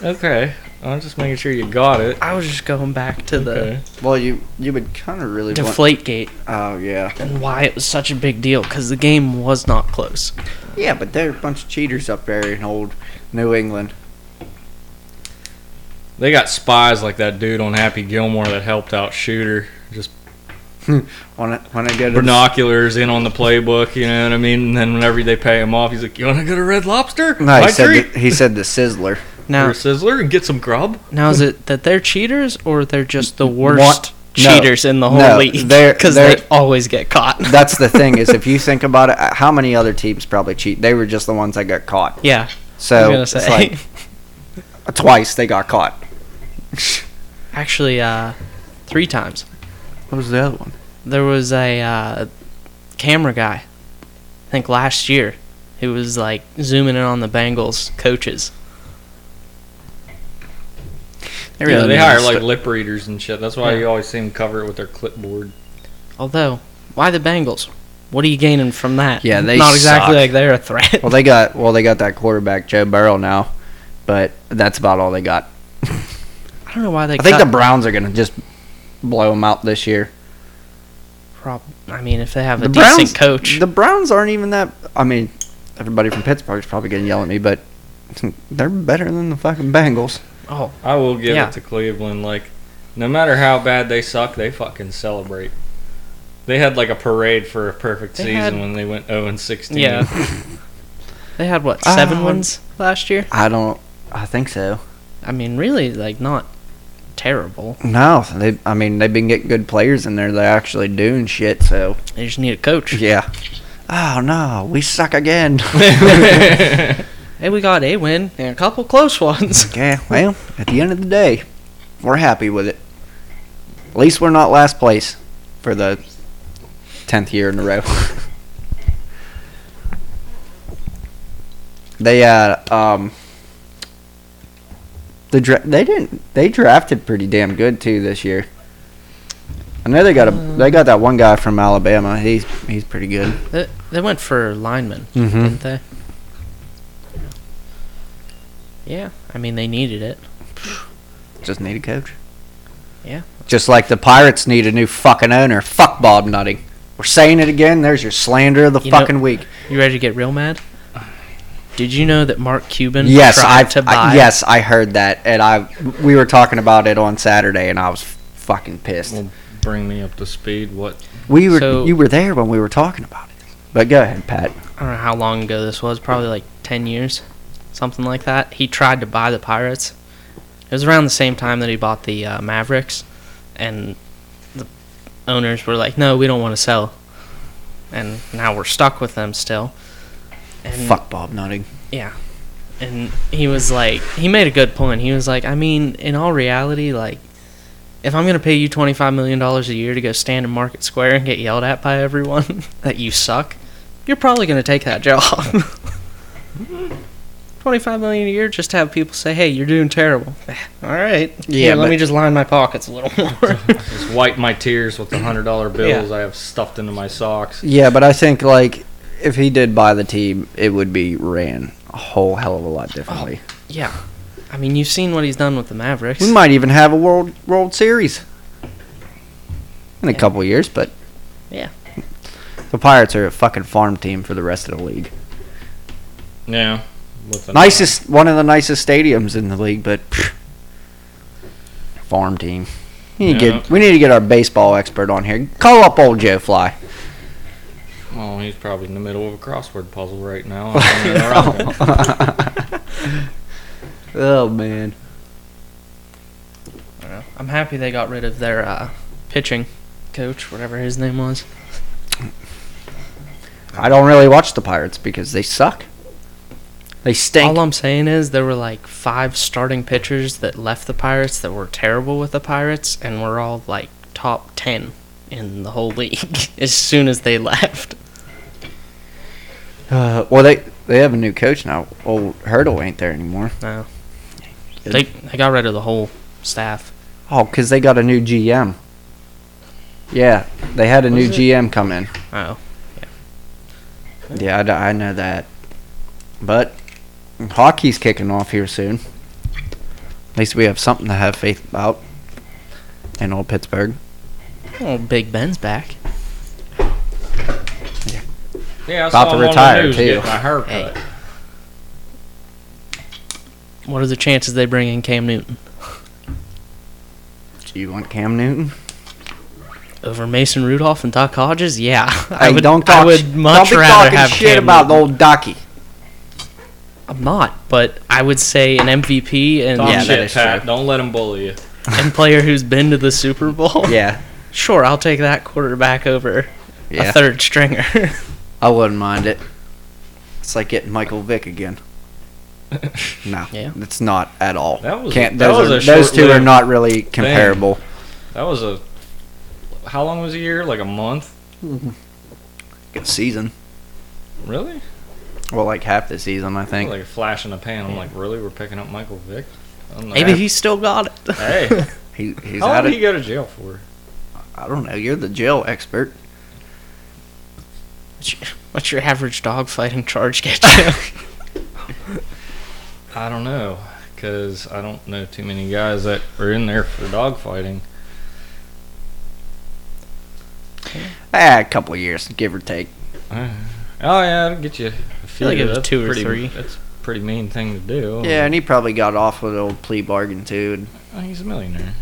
Speaker 4: Okay, I'm just making sure you got it.
Speaker 3: I was just going back to
Speaker 4: Okay.
Speaker 2: Well, you you would kind of really
Speaker 3: the
Speaker 2: want.
Speaker 3: deflate gate
Speaker 2: Oh yeah,
Speaker 3: and why it was such a big deal because the game was not close.
Speaker 2: yeah, but there are a bunch of cheaters up there in old New England.
Speaker 4: They got spies like that dude on Happy Gilmore that helped out Shooter. Just
Speaker 2: When I, when I go to
Speaker 4: binoculars in on the playbook, you know what I mean? And then whenever they pay him off, he's like, "You want to go to Red Lobster?
Speaker 2: no,
Speaker 4: My
Speaker 2: he said
Speaker 4: treat.
Speaker 2: the, he said the Sizzler.
Speaker 4: Or
Speaker 3: Now,
Speaker 4: a Sizzler and get some grub."
Speaker 3: Now is it that they're cheaters or they're just the
Speaker 2: Want-
Speaker 3: worst cheaters in the whole
Speaker 2: no,
Speaker 3: league?
Speaker 2: they're-
Speaker 3: Because
Speaker 2: they're-
Speaker 3: they always get caught.
Speaker 2: That's the thing is, if you think about it, how many other teams probably cheat? They were just the ones that got caught.
Speaker 3: yeah, I was
Speaker 2: So
Speaker 3: gonna
Speaker 2: it's
Speaker 3: say.
Speaker 2: like twice they got caught.
Speaker 3: Actually, uh, three times.
Speaker 2: What was the other one?
Speaker 3: There was a uh, camera guy, I think last year, who was like zooming in on the Bengals coaches.
Speaker 2: They
Speaker 4: yeah, they
Speaker 2: need to
Speaker 4: hire like
Speaker 2: sta-
Speaker 4: lip readers and shit. That's why
Speaker 3: Yeah.
Speaker 4: you always see them cover it with their clipboard.
Speaker 3: Although, why the Bengals? What are you gaining from that?
Speaker 2: Yeah, they
Speaker 3: not exactly
Speaker 2: suck.
Speaker 3: like they're a threat.
Speaker 2: Well, they got well, they got that quarterback Joe Burrow now, but that's about all they got.
Speaker 3: I don't know why they.
Speaker 2: I think the
Speaker 3: cut
Speaker 2: Browns are gonna just blow them out this year.
Speaker 3: prob- I mean, if they have a
Speaker 2: the
Speaker 3: decent
Speaker 2: Browns,
Speaker 3: coach,
Speaker 2: The Browns aren't even that. I mean, everybody from Pittsburgh's probably gonna yell at me, but they're better than the fucking Bengals.
Speaker 3: oh,
Speaker 4: I will give
Speaker 3: Yeah.
Speaker 4: it to Cleveland. Like, no matter how bad they suck, they fucking celebrate. They had like a parade for a perfect
Speaker 3: They had-
Speaker 4: season when they went 0 and 16.
Speaker 3: yeah. they had what
Speaker 2: Ah,
Speaker 3: seven
Speaker 2: I'm-
Speaker 3: wins last year.
Speaker 2: I don't. I think so.
Speaker 3: I mean, really, like not terrible.
Speaker 2: No, they. I mean, they've been getting good players in there. They're actually doing shit. So
Speaker 3: They just need a coach.
Speaker 2: yeah. Oh no, we suck again.
Speaker 3: Hey, we got a win and a couple close ones.
Speaker 2: okay, well, at the end of the day, we're happy with it. At least we're not last place for the tenth year in a row. they uh um the dra- they didn't they drafted pretty damn good too this year. I know they got a they got that one guy from Alabama. He's he's pretty good.
Speaker 3: they, they went for linemen,
Speaker 2: Mhm.
Speaker 3: didn't they? Yeah, I mean they needed it.
Speaker 2: Just need a coach.
Speaker 3: Yeah.
Speaker 2: Just like the Pirates need a new fucking owner. Fuck Bob Nutting. We're saying it again. There's your slander of the
Speaker 3: You know-
Speaker 2: fucking week.
Speaker 3: You ready to get real mad? Did you know that Mark Cuban
Speaker 2: Yes,
Speaker 3: tried
Speaker 2: I've,
Speaker 3: to buy?
Speaker 2: I yes, I heard that, and I we were talking about it on Saturday, and I was fucking pissed.
Speaker 4: Well, bring me up to speed. What?
Speaker 2: We were
Speaker 3: so-
Speaker 2: you were there when we were talking about it. But go ahead, Pat.
Speaker 3: I don't know how long ago this was, probably like 10 years, something like that. He tried to buy the Pirates. It was around the same time that he bought the uh, Mavericks, and the owners were like, no, we don't want to sell. And now we're stuck with them still. And
Speaker 2: Fuck Bob Nutting.
Speaker 3: yeah. And he was like, he made a good point. He was like, I mean, in all reality, like, if I'm going to pay you $25 million a year to go stand in Market Square and get yelled at by everyone that you suck, you're probably going to take that job. $25 million a year just to have people say, hey, you're doing terrible. all right.
Speaker 2: Yeah,
Speaker 3: Yeah. let
Speaker 2: but-
Speaker 3: me just line my pockets a little more.
Speaker 4: Just wipe my tears with the hundred dollar bills I have stuffed into my socks.
Speaker 2: Yeah, but I think like if he did buy the team, it would be ran a whole hell of a lot differently.
Speaker 3: yeah. I mean, you've seen what he's done with the Mavericks.
Speaker 2: We might even have a world World Series in a
Speaker 3: Yeah.
Speaker 2: couple years, but
Speaker 3: Yeah.
Speaker 2: the Pirates are a fucking farm team for the rest of the league.
Speaker 4: Yeah. With an-
Speaker 2: Nicest, one of the nicest stadiums in the league, but pff, farm team. We need, to get,
Speaker 4: Yeah.
Speaker 2: we need to get our baseball expert on here. Call up old Joe Fly.
Speaker 4: Oh, he's probably in the middle of a crossword puzzle right now. I'm gonna interrupt him.
Speaker 2: Oh man,
Speaker 3: I don't know. I'm happy they got rid of their uh, pitching coach, whatever his name was.
Speaker 2: I don't really watch the Pirates because they suck. They stink.
Speaker 3: All I'm saying is there were like five starting pitchers that left the Pirates that were terrible with the Pirates, and we're all like top ten in the whole league as soon as they left.
Speaker 2: Uh, well, they they have a new coach now. Old Hurdle ain't there anymore.
Speaker 3: No, they they got rid of the whole staff.
Speaker 2: Oh, because they got a new GM. Yeah, they had a new
Speaker 3: Was it-
Speaker 2: GM come in.
Speaker 3: Oh,
Speaker 2: Yeah, I, d- I know that. But hockey's kicking off here soon. At least we have something to have faith about in old Pittsburgh.
Speaker 3: oh, Big Ben's back.
Speaker 4: Yeah, I
Speaker 2: About
Speaker 4: saw
Speaker 2: to
Speaker 4: him on the
Speaker 2: retire,
Speaker 4: news
Speaker 2: too.
Speaker 4: getting a haircut.
Speaker 3: Hey. What are the chances they bring in Cam Newton
Speaker 2: Do you want Cam Newton?
Speaker 3: over Mason Rudolph and Doc Hodges? Yeah, I
Speaker 2: Hey,
Speaker 3: would.
Speaker 2: don't talk,
Speaker 3: I would much
Speaker 2: don't be
Speaker 3: rather
Speaker 2: talking
Speaker 3: have
Speaker 2: shit
Speaker 3: Cam
Speaker 2: about
Speaker 3: Newton.
Speaker 2: old Docky.
Speaker 3: I'm not, but I would say an MVP and
Speaker 4: Talk
Speaker 2: Yeah, that
Speaker 4: shit,
Speaker 2: is
Speaker 4: Pat.
Speaker 2: true.
Speaker 4: Don't let him bully you.
Speaker 3: and player who's been to the Super Bowl.
Speaker 2: Yeah,
Speaker 3: Sure, I'll take that quarterback over
Speaker 2: yeah.
Speaker 3: a third stringer.
Speaker 2: I wouldn't mind it. It's like getting Michael Vick again. No,
Speaker 3: Yeah.
Speaker 2: it's not at all.
Speaker 4: That was-
Speaker 2: Can't,
Speaker 4: that
Speaker 2: those
Speaker 4: was
Speaker 2: are-
Speaker 4: a
Speaker 2: those two are
Speaker 4: short-lived
Speaker 2: not really comparable.
Speaker 4: That was a. How long was a year? Like a month?
Speaker 2: Season,
Speaker 4: Really?
Speaker 2: well, like half the season, I think.
Speaker 4: Like a flash in the pan. I'm like, really? We're picking up Michael Vick? I'm like,
Speaker 3: Maybe he still got it.
Speaker 4: Hey,
Speaker 2: he, he's
Speaker 4: how long
Speaker 2: out
Speaker 4: did
Speaker 2: of.
Speaker 4: he go to jail for?
Speaker 2: I don't know. You're the jail expert.
Speaker 3: What's your- What's your average dog fighting charge get you?
Speaker 4: I don't know, because I don't know too many guys that were in there for dogfighting.
Speaker 2: Ah, a couple of years, give or take.
Speaker 4: Uh, oh yeah, it'll get you. I
Speaker 3: feel like it was two or
Speaker 4: pretty,
Speaker 3: three.
Speaker 4: That's a pretty mean thing to do.
Speaker 2: Yeah, and he probably got off with an old plea bargain too.
Speaker 4: Oh, he's a millionaire.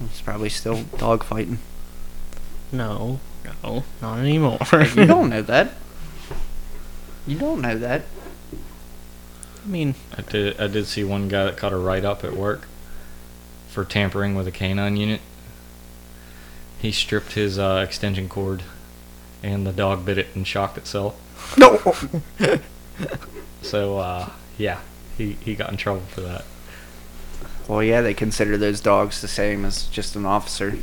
Speaker 2: And he's probably still dogfighting.
Speaker 3: no, no, not anymore.
Speaker 2: You
Speaker 3: I
Speaker 2: don't know that. You don't know that.
Speaker 3: mean,
Speaker 4: I did. I did see one guy that caught a write up at work for tampering with a canine unit. He stripped his uh, extension cord, and the dog bit it and shocked itself.
Speaker 2: No.
Speaker 4: So uh, yeah, he he got in trouble for that.
Speaker 2: Well, yeah, they consider those dogs the same as just an officer.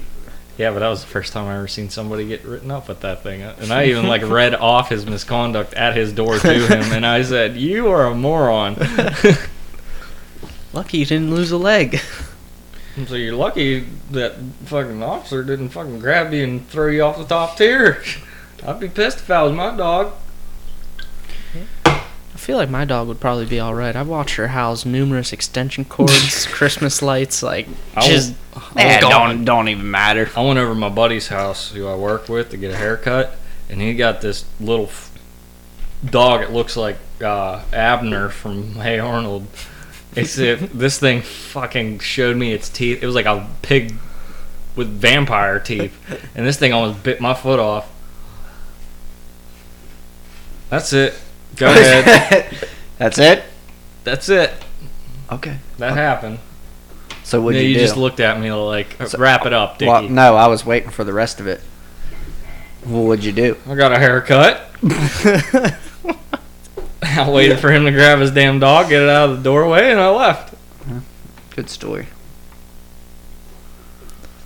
Speaker 4: Yeah, but that was the first time I ever seen somebody get written up at that thing. And I even like read off his misconduct at his door to him, and I said, "You are a moron."
Speaker 3: lucky you didn't lose a leg.
Speaker 4: So you're lucky that fucking officer didn't fucking grab you and throw you off the top tier. I'd be pissed if I was my dog.
Speaker 3: I feel like my dog would probably be all right. I watch her house numerous extension cords, Christmas lights, like
Speaker 4: I
Speaker 3: just
Speaker 2: Eh,
Speaker 4: gone.
Speaker 2: don't don't even matter.
Speaker 4: I went over to my buddy's house, who I work with, to get a haircut, and he got this little f- dog. It looks like uh, Abner from Hey Arnold. It's it, this thing fucking showed me its teeth. It was like a pig with vampire teeth, and this thing almost bit my foot off. That's it. Go ahead.
Speaker 2: That's it.
Speaker 4: That's it.
Speaker 2: Okay.
Speaker 4: That happened.
Speaker 2: So what
Speaker 4: Yeah,
Speaker 2: you,
Speaker 4: you
Speaker 2: do?
Speaker 4: just looked at me like,
Speaker 2: So-
Speaker 4: wrap it up, Dickie.
Speaker 2: well, no, I was waiting for the rest of it. Well, what'd you do?
Speaker 4: I got a haircut. I waited for him to grab his damn dog, get it out of the doorway, and I left.
Speaker 2: Good story.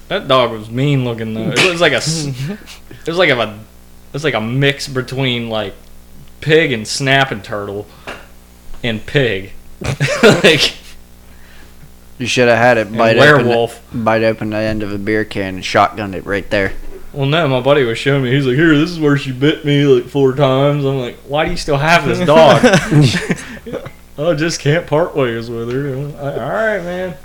Speaker 4: That dog was mean looking though. It was like a, s- it was like of a, it was like a mix between like pig and snapping turtle, and pig, like
Speaker 2: You should have had it
Speaker 4: and
Speaker 2: bite open,
Speaker 4: werewolf.
Speaker 2: bite open the end of a beer can and shotgunned it right there.
Speaker 4: Well, no, my buddy was showing me. He's like, "Here, this is where she bit me like four times." I'm like, "Why do you still have this dog?" I just can't part ways with her. I'm like, All right, man.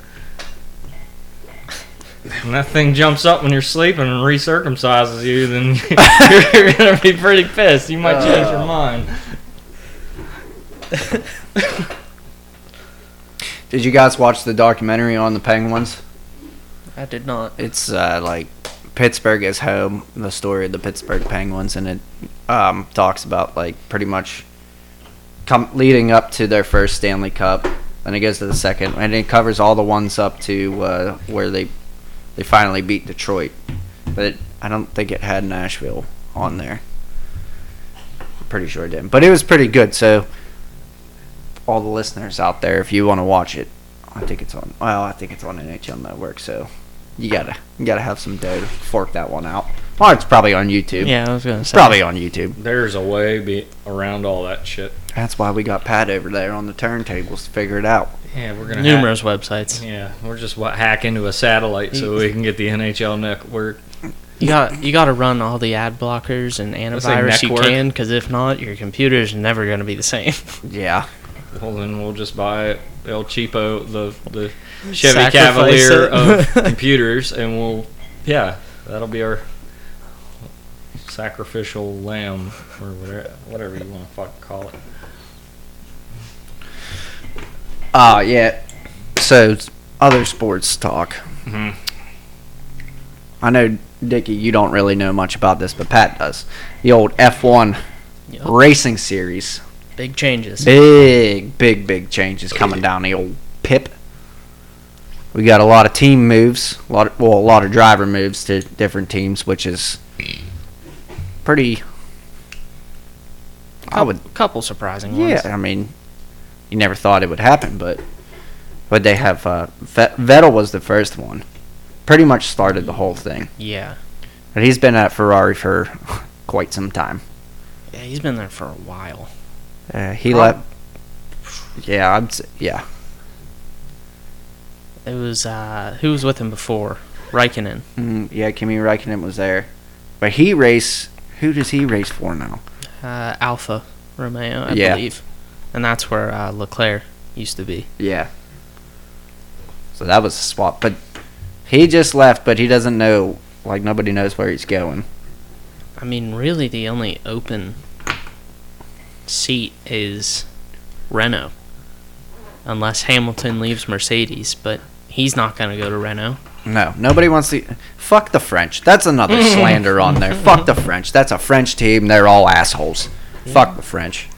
Speaker 4: When that thing jumps up when you're sleeping and recircumcises you, then you're gonna be pretty pissed. You might change your mind.
Speaker 2: Did you guys watch the documentary on the Penguins?
Speaker 3: I did not.
Speaker 2: It's uh, like Pittsburgh is home, the story of the Pittsburgh Penguins, and it um, talks about like pretty much com- leading up to their first Stanley Cup, and it goes to the second, and it covers all the ones up to uh, where they they finally beat Detroit, but it, I don't think it had Nashville on there. Pretty sure it didn't, but it was pretty good. So all the listeners out there, if you want to watch it, I think it's on. Well, I think it's on NHL Network, so you gotta you gotta have some dough to fork that one out. Or it's probably on YouTube.
Speaker 3: Yeah, I was gonna say.
Speaker 2: Probably on YouTube.
Speaker 4: There's a way be around all that shit.
Speaker 2: That's why we got Pat over there on the turntables to figure it out.
Speaker 4: Yeah, we're gonna hack-
Speaker 3: numerous websites.
Speaker 4: yeah, we're just what hack into a satellite so we can get the NHL network.
Speaker 3: You got you got to run all the ad blockers and
Speaker 4: Let's say
Speaker 3: antivirus you
Speaker 4: network.
Speaker 3: can, because if not, your computer's never gonna be the same.
Speaker 2: Yeah.
Speaker 4: Well, then we'll just buy El Cheapo, the the Chevy
Speaker 3: Sacrifice
Speaker 4: Cavalier
Speaker 3: it.
Speaker 4: of computers, and we'll yeah, that'll be our sacrificial lamb or whatever, whatever you want to fucking call it.
Speaker 2: Ah, yeah. So s- other sports talk.
Speaker 4: Mhm.
Speaker 2: I know, Dickie, you don't really know much about this, but Pat does. The old F1
Speaker 3: Yep.
Speaker 2: racing series.
Speaker 3: Big changes.
Speaker 2: Big, big, big changes coming down the old pip. We got a lot of team moves, a lot of, well, a lot of driver moves to different teams, which is pretty. I would
Speaker 3: couple surprising ones.
Speaker 2: Yeah, I mean, you never thought it would happen, but but they have uh, Ve- Vettel was the first one, pretty much started the whole thing,
Speaker 3: Yeah.
Speaker 2: and he's been at Ferrari for quite some time.
Speaker 3: Yeah, he's been there for a while.
Speaker 2: Uh, he
Speaker 3: Prob-
Speaker 2: left. Yeah, I'd say, yeah.
Speaker 3: It was uh who was with him before? Raikkonen.
Speaker 2: Mm, yeah, Kimi Räikkönen was there, but he race. Who does he race for now?
Speaker 3: Uh Alpha Romeo, I
Speaker 2: Yeah.
Speaker 3: believe. And that's where uh Leclerc used to be.
Speaker 2: Yeah. So that was a swap, but he just left, but he doesn't know. Like nobody knows where he's going.
Speaker 3: I mean, really the only open seat is Renault. Unless Hamilton leaves Mercedes, but he's not going to go to Renault.
Speaker 2: No, nobody wants to. Fuck the French. That's another slander on there. Fuck the French. That's a French team. They're all assholes. Fuck the French.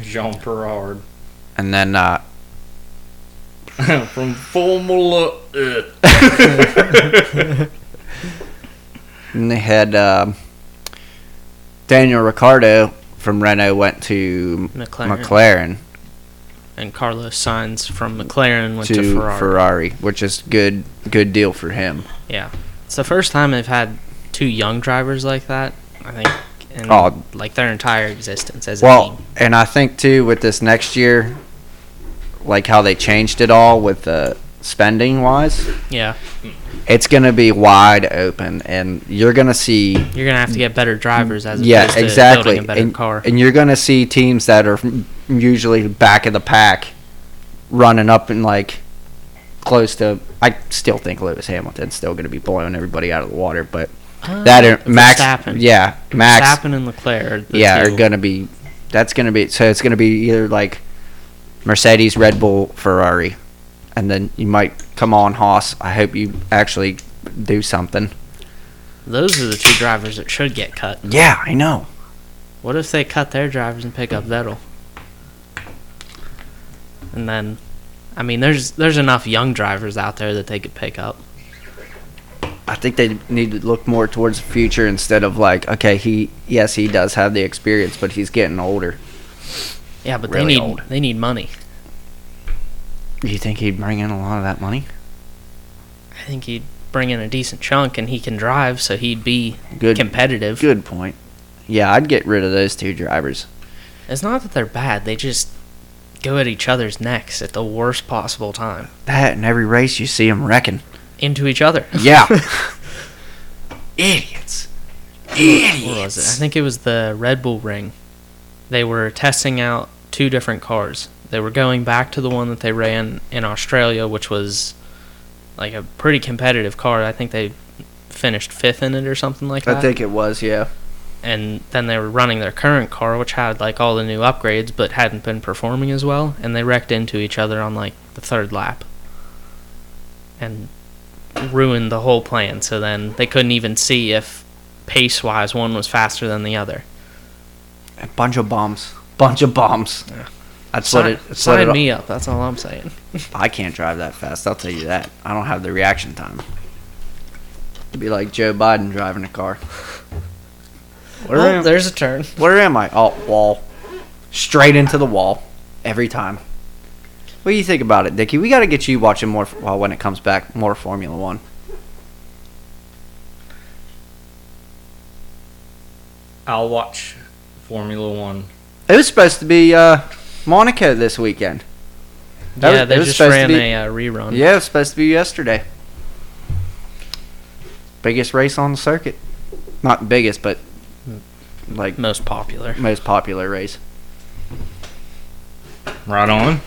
Speaker 4: Jean Perard
Speaker 2: And then, uh,
Speaker 4: from Formula. Uh,
Speaker 2: and they had um Daniel Ricciardo from Renault went to
Speaker 3: McLaren.
Speaker 2: McLaren,
Speaker 3: and Carlos Sainz from McLaren went
Speaker 2: to,
Speaker 3: to,
Speaker 2: Ferrari.
Speaker 3: Ferrari.
Speaker 2: which is good. Good deal for him.
Speaker 3: Yeah. It's the first time they've had two young drivers like that, I think, in
Speaker 2: Oh.
Speaker 3: like their entire existence as a
Speaker 2: Well,
Speaker 3: team.
Speaker 2: and I think too with this next year, like how they changed it all with the spending wise,
Speaker 3: Yeah.
Speaker 2: it's gonna be wide open, and you're gonna see
Speaker 3: You're going to have to get better drivers as
Speaker 2: yeah,
Speaker 3: opposed to
Speaker 2: exactly.
Speaker 3: building a better
Speaker 2: and,
Speaker 3: car.
Speaker 2: and you're gonna see teams that are m- usually back of the pack, running up and like close to. I still think Lewis Hamilton's still gonna be blowing everybody out of the water, but that
Speaker 3: Uh,
Speaker 2: are, Max,
Speaker 3: Verstappen.
Speaker 2: yeah, Max,
Speaker 3: Verstappen and Leclerc are the
Speaker 2: yeah,
Speaker 3: two.
Speaker 2: are gonna be. That's gonna be so. It's gonna be either like Mercedes, Red Bull, Ferrari, and then you might come on Haas. I hope you actually do something.
Speaker 3: Those are the two drivers that should get cut.
Speaker 2: Yeah, I know.
Speaker 3: What if they cut their drivers and pick up Vettel? And then, I mean, there's there's enough young drivers out there that they could pick up.
Speaker 2: I think they need to look more towards the future instead of like, okay, he yes, he does have the experience, but he's getting older.
Speaker 3: Yeah, but
Speaker 2: Really
Speaker 3: they need
Speaker 2: old.
Speaker 3: they need money.
Speaker 2: Do you think he'd bring in a lot of that money?
Speaker 3: I think he'd bring in a decent chunk, and he can drive, so he'd be
Speaker 2: Good
Speaker 3: competitive.
Speaker 2: good point. Yeah, I'd get rid of those two drivers.
Speaker 3: It's not that they're bad; they just go at each other's necks at the worst possible time
Speaker 2: That in every race you see him wrecking.
Speaker 3: into each other.
Speaker 2: Yeah.
Speaker 3: Uh,
Speaker 2: Idiots.
Speaker 3: what was it? I
Speaker 2: Idiots.
Speaker 3: think it was the Red Bull Ring. They were testing out two different cars. They were going back to the one that they ran in Australia, which was like a pretty competitive car. I think they finished fifth in it or something like that.
Speaker 2: I think it was, yeah.
Speaker 3: and then they were running their current car, which had like all the new upgrades, but hadn't been performing as well. And they wrecked into each other on like the third lap, and ruined the whole plan. So then they couldn't even see if pace-wise one was faster than the other.
Speaker 2: A bunch of bombs. Bunch of bombs. That's what
Speaker 3: Sign,
Speaker 2: it. That's what
Speaker 3: sign
Speaker 2: it
Speaker 3: me up. That's all I'm saying.
Speaker 2: I can't drive that fast. I'll tell you that. I don't have the reaction time. It'd be like Joe Biden driving a car. Where,
Speaker 3: Oh,
Speaker 2: am,
Speaker 3: there's a turn.
Speaker 2: where am I? Oh, wall. Straight into the wall. Every time. What do you think about it, Dickie? We got to get you watching more, well, when it comes back, more Formula One.
Speaker 4: I'll watch Formula One.
Speaker 2: It was supposed to be uh, Monaco this weekend. That
Speaker 3: yeah,
Speaker 2: was- it
Speaker 3: they
Speaker 2: was
Speaker 3: just
Speaker 2: supposed to
Speaker 3: ran
Speaker 2: be-
Speaker 3: a uh, rerun.
Speaker 2: Yeah, it was supposed to be yesterday. Biggest race on the circuit. Not biggest, but like
Speaker 3: Most popular.
Speaker 2: most popular race.
Speaker 4: Right on.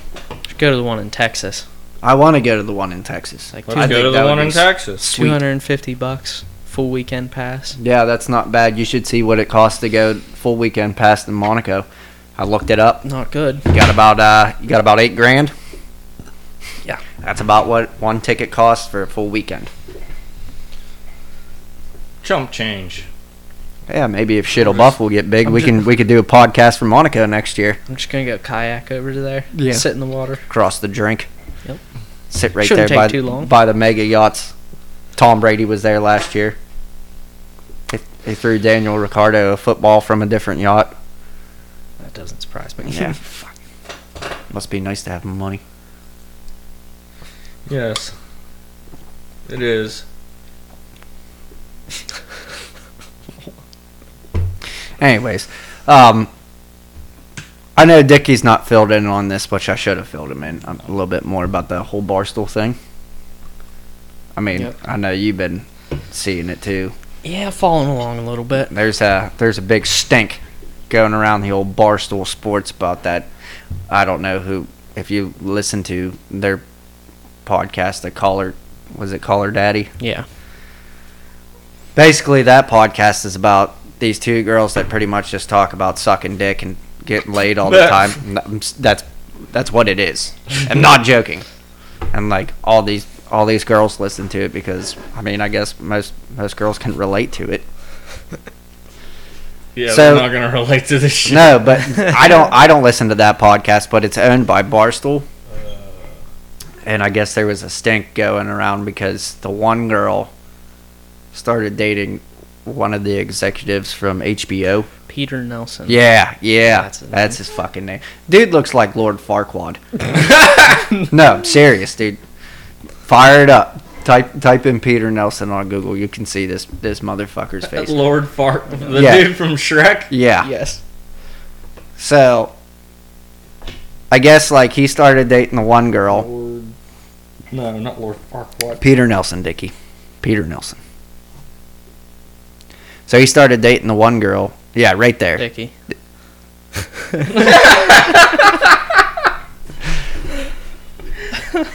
Speaker 3: Go to the one in Texas.
Speaker 2: I want to go to the one in Texas.
Speaker 3: Like
Speaker 4: Let's
Speaker 2: I
Speaker 4: go
Speaker 2: think
Speaker 4: to
Speaker 2: that
Speaker 4: the
Speaker 2: would
Speaker 4: one
Speaker 2: be
Speaker 4: in
Speaker 2: s-
Speaker 4: Texas.
Speaker 3: Two
Speaker 2: Sweet.
Speaker 3: hundred and fifty bucks full weekend pass.
Speaker 2: Yeah, that's not bad. You should see what it costs to go full weekend past in Monaco. I looked it up.
Speaker 3: Not good.
Speaker 2: You got about uh, you got about eight grand.
Speaker 3: Yeah.
Speaker 2: that's about what one ticket costs for a full weekend.
Speaker 4: Chump change.
Speaker 2: Yeah, maybe if shittle buff will get big, we can we could do a podcast from Monaco next year.
Speaker 3: I'm just gonna go kayak over to there.
Speaker 2: Yeah.
Speaker 3: Sit in the water.
Speaker 2: Cross the drink.
Speaker 3: Yep.
Speaker 2: Sit right
Speaker 3: Shouldn't
Speaker 2: there
Speaker 3: take
Speaker 2: by
Speaker 3: too long.
Speaker 2: by the mega yachts. Tom Brady was there last year. They, they threw Daniel Ricardo a football from a different yacht.
Speaker 3: That doesn't surprise me.
Speaker 2: Yeah. Must be nice to have money.
Speaker 4: Yes. It is.
Speaker 2: Anyways, um, I know Dickie's not filled in on this, which I should have filled him in um, a little bit more about the whole barstool thing. I mean,
Speaker 3: Yep.
Speaker 2: I know you've been seeing it too.
Speaker 3: Yeah, following along a little bit.
Speaker 2: There's a there's a big stink going around the old barstool sports about that. I don't know who. If you listen to their podcast, the caller was it caller daddy.
Speaker 3: Yeah.
Speaker 2: basically that podcast is about these two girls that pretty much just talk about sucking dick and getting laid all the time. And I'm s- That's that's what it is. I'm not joking. And like all these all these girls listen to it because I mean I guess most most girls can relate to it.
Speaker 4: Yeah,
Speaker 2: So-
Speaker 4: they're not gonna relate to this shit.
Speaker 2: No, but I don't I don't listen to that podcast, but it's owned by Barstool. And I guess there was a stink going around because the one girl started dating one of the executives from HBO.
Speaker 3: Peter Nelson.
Speaker 2: Yeah, yeah.
Speaker 3: That's
Speaker 2: That's
Speaker 3: his
Speaker 2: his, fucking name. Dude looks like Lord Farquaad. no, I'm serious, dude. Fire it up. Type type in Peter Nelson on Google. You can see this this motherfucker's face.
Speaker 4: Lord Fart, the
Speaker 2: Yeah.
Speaker 4: dude from Shrek.
Speaker 2: Yeah.
Speaker 3: Yes.
Speaker 2: So I guess like he started dating the one girl,
Speaker 4: Lord, no, not Lord Farquaad.
Speaker 2: Peter Nelson, Dicky. Peter Nelson. So he started dating the one girl. Yeah, right there.
Speaker 3: Dicky.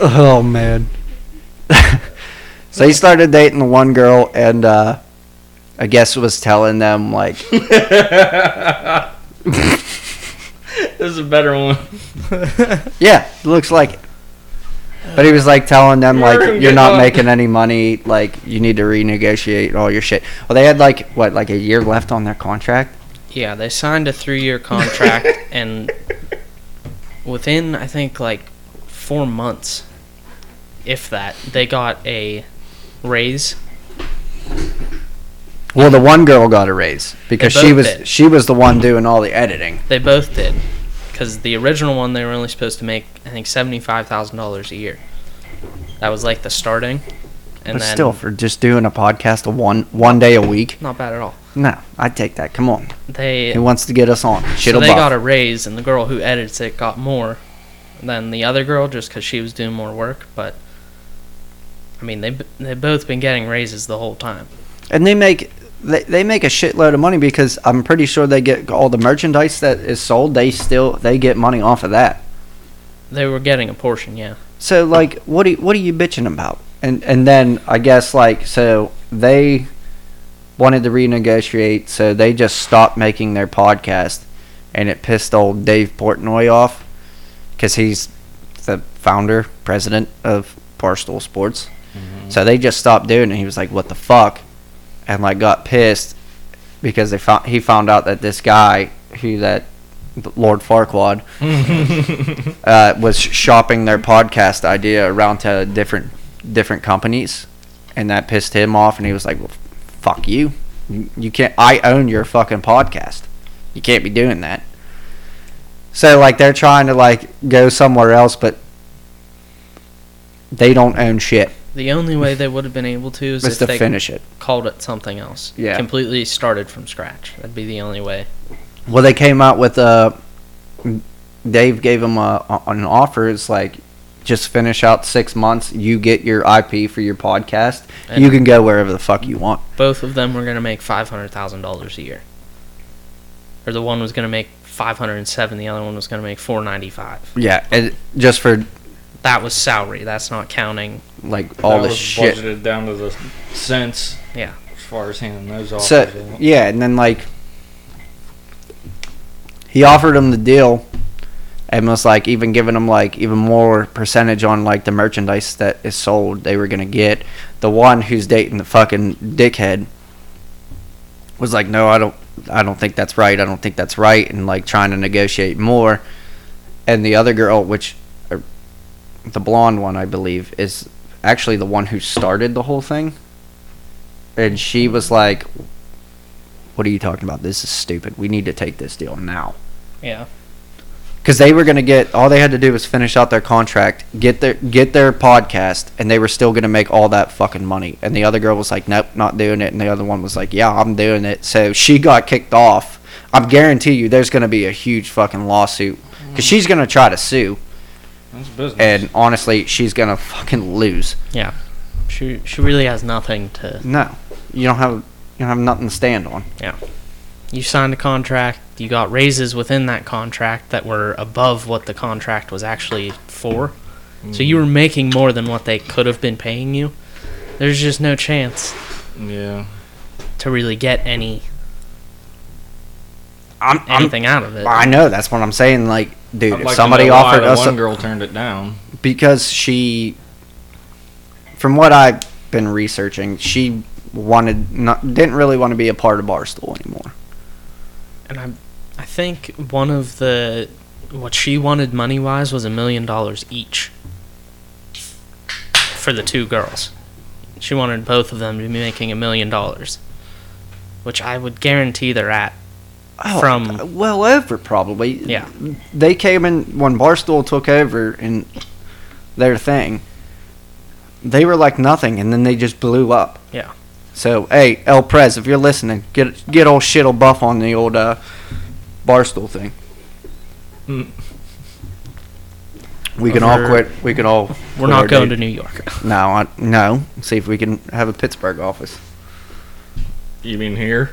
Speaker 2: Oh man. so he started dating the one girl, and uh, I guess was telling them like,
Speaker 4: This is a better one.
Speaker 2: yeah, looks like. It. But he was like telling them
Speaker 4: You're
Speaker 2: like, you're
Speaker 4: good.
Speaker 2: not making any money. Like you need to renegotiate all your shit. Well, they had like what, like a year left on their contract.
Speaker 3: Yeah, they signed a three-year contract, and within I think like four months, if that, they got a raise.
Speaker 2: Well, the one girl got a raise because
Speaker 3: They
Speaker 2: she
Speaker 3: both
Speaker 2: was
Speaker 3: did.
Speaker 2: she was the one doing all the editing.
Speaker 3: They both did, because the original one they were only supposed to make I think seventy-five thousand dollars a year. That was like the starting, and
Speaker 2: but
Speaker 3: then
Speaker 2: still, for just doing a podcast of one one day a week,
Speaker 3: not bad at all.
Speaker 2: no, I'd take that. Come on,
Speaker 3: They
Speaker 2: he wants to get us on. Shit,
Speaker 3: so they got a raise, and the girl who edits it got more than the other girl just because she was doing more work. But I mean, they they both been getting raises the whole time.
Speaker 2: and they make they, they make a shitload of money because I'm pretty sure they get all the merchandise that is sold. They still they get money off of that.
Speaker 3: They were getting a portion, yeah.
Speaker 2: So like, what do you, what are you bitching about? And and then I guess like so they wanted to renegotiate, so they just stopped making their podcast, and it pissed old Dave Portnoy off because he's the founder president of Barstool Sports. So they just stopped doing it. He was like, "What the fuck," and like got pissed because they found he found out that this guy who that Lord Farquaad uh, was shopping their podcast idea around to different different companies, and that pissed him off. And he was like, "Well, fuck you. You, you can't. I own your fucking podcast. You can't be doing that." So like they're trying to like go somewhere else, but they don't own shit.
Speaker 3: The only way they would have been able to is
Speaker 2: It's
Speaker 3: if
Speaker 2: to
Speaker 3: they
Speaker 2: finish it.
Speaker 3: called it something else.
Speaker 2: Yeah.
Speaker 3: Completely started from scratch. That'd be the only way.
Speaker 2: Well, they came out with a. Dave gave him a, an offer. It's like, just finish out six months. You get your IP for your podcast.
Speaker 3: And-
Speaker 2: you can go wherever the fuck you want.
Speaker 3: Both of them were gonna make five hundred thousand dollars a year. Or the one was gonna make five hundred and seven, the other one was gonna make four ninety five.
Speaker 2: Yeah, and just for
Speaker 3: That was salary, that's not counting
Speaker 2: like all
Speaker 4: that
Speaker 2: the
Speaker 4: was
Speaker 2: shit.
Speaker 4: budgeted down to the cents
Speaker 3: yeah.
Speaker 4: as far as handing those off.
Speaker 2: So yeah, and then like he offered him the deal, and was like even giving him like even more percentage on like the merchandise that is sold. They were gonna get the one who's dating the fucking dickhead was like, no, I don't, I don't think that's right. I don't think that's right, and like trying to negotiate more. And the other girl, which or the blonde one, I believe, is actually the one who started the whole thing. And she was like, "What are you talking about? This is stupid. We need to take this deal now."
Speaker 3: Yeah.
Speaker 2: because they were going to get all they had to do was finish out their contract, get their get their podcast, and they were still going to make all that fucking money. And the other girl was like, "Nope, not doing it." And the other one was like, "Yeah, I'm doing it." So she got kicked off. I guarantee you, there's going to be a huge fucking lawsuit because she's going to try to sue,
Speaker 4: That's business.
Speaker 2: and honestly, she's going to fucking lose.
Speaker 3: Yeah. She she really has nothing to.
Speaker 2: No, you don't have you don't have nothing to stand on.
Speaker 3: You signed a contract. You got raises within that contract that were above what the contract was actually for. So
Speaker 2: Mm.
Speaker 3: you were making more than what they could have been paying you. There's just no chance
Speaker 4: yeah.
Speaker 3: to really get any
Speaker 2: I'm, I'm
Speaker 3: anything out of it.
Speaker 2: I know that's what I'm saying. Like, dude,
Speaker 4: I'd
Speaker 2: if
Speaker 4: like to
Speaker 2: somebody
Speaker 4: know why
Speaker 2: offered
Speaker 4: the
Speaker 2: us
Speaker 4: one
Speaker 2: a,
Speaker 4: girl turned it down.
Speaker 2: because she, from what I've been researching, she wanted not didn't really want to be a part of Barstool anymore.
Speaker 3: And I, I think one of the what she wanted money wise was a million dollars each for the two girls. She wanted both of them to be making a million dollars, which I would guarantee they're at. From-
Speaker 2: Oh, uh, well over probably.
Speaker 3: Yeah.
Speaker 2: they came in when Barstool took over and their thing. They were like nothing, and then they just blew up.
Speaker 3: Yeah.
Speaker 2: So hey, El Prez, if you're listening, get get old shit'll buff on the old uh, Barstool thing.
Speaker 4: Mm.
Speaker 2: We can all
Speaker 3: Over-
Speaker 2: quit. We can all.
Speaker 3: We're not going to New York.
Speaker 2: No, I, no. See if we can have a Pittsburgh office.
Speaker 4: You mean here?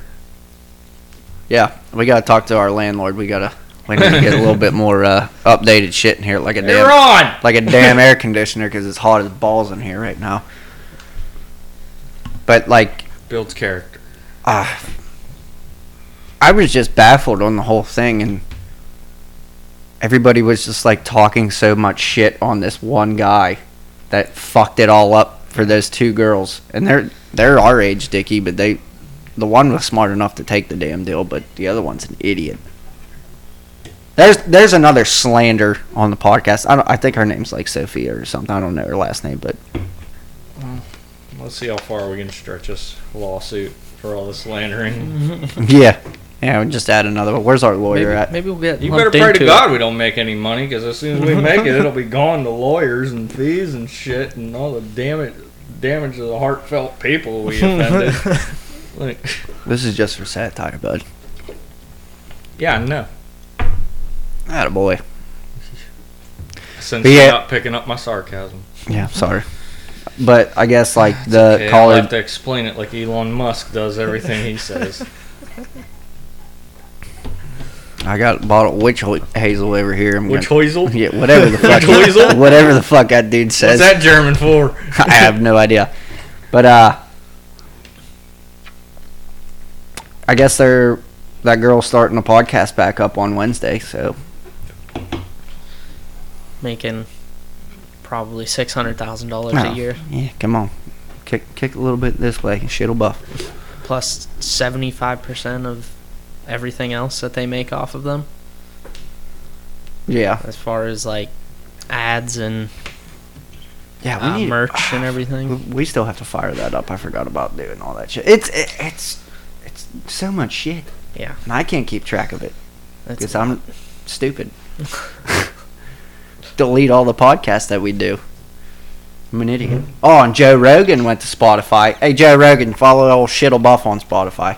Speaker 2: Yeah, we gotta talk to our landlord. We gotta. We need to get a little bit more uh, updated shit in here, like a damn.
Speaker 4: You're on.
Speaker 2: like a damn air conditioner because it's hot as balls in here right now. But like,
Speaker 4: Builds character.
Speaker 2: ah, I was just baffled on the whole thing, and everybody was just like talking so much shit on this one guy that fucked it all up for those two girls, and they're they're our age, Dickie, but they. The one was smart enough to take the damn deal, but the other one's an idiot. There's there's another slander on the podcast. I don't, I think her name's like Sophia or something. I don't know her last name, but
Speaker 4: Let's see how far we can stretch this lawsuit for all this slandering.
Speaker 2: Yeah. Yeah, we just add another one. Where's our lawyer
Speaker 3: Maybe,
Speaker 2: at?
Speaker 3: maybe we'll get.
Speaker 4: You better
Speaker 3: lumped
Speaker 4: pray to
Speaker 3: into it.
Speaker 4: God we don't make any money, because as soon as we make it, it'll be gone to lawyers and fees and shit and all the damage damage to the heartfelt people we offended. like,
Speaker 2: This is just for satire, bud.
Speaker 4: yeah, no.
Speaker 2: Atta boy.
Speaker 4: Since
Speaker 2: But
Speaker 4: you're
Speaker 2: yeah-
Speaker 4: not picking up my sarcasm,
Speaker 2: Yeah, sorry. But I guess like the
Speaker 4: okay, I'll
Speaker 2: caller
Speaker 4: have to explain it like Elon Musk does everything he says.
Speaker 2: I got a bottle of witch ho- hazel over here. I'm
Speaker 4: Which
Speaker 2: gonna,
Speaker 4: hoisel?
Speaker 2: yeah, whatever the fuck
Speaker 4: Witch hazel?
Speaker 2: whatever the fuck that dude
Speaker 4: What's
Speaker 2: says.
Speaker 4: that German for?
Speaker 2: I have no idea. But uh I guess they're that girl's starting a podcast back up on Wednesday, so
Speaker 3: making probably six hundred thousand dollars
Speaker 2: Oh.
Speaker 3: a year
Speaker 2: yeah, come on. Kick kick a little bit this way, shit'll buff.
Speaker 3: plus seventy five percent of everything else that they make off of them,
Speaker 2: Yeah.
Speaker 3: as far as like ads and
Speaker 2: Yeah,
Speaker 3: uh, merch and everything.
Speaker 2: We- We still have to fire that up. I forgot about doing all that shit. It's it, it's it's so much shit,
Speaker 3: Yeah,
Speaker 2: and I can't keep track of it
Speaker 3: that's
Speaker 2: because I'm stupid. Delete all the podcasts that we do. I'm an idiot.
Speaker 3: Mm-hmm.
Speaker 2: Oh, and Joe Rogan went to Spotify. Hey, Joe Rogan, follow old Shittle Buff on Spotify.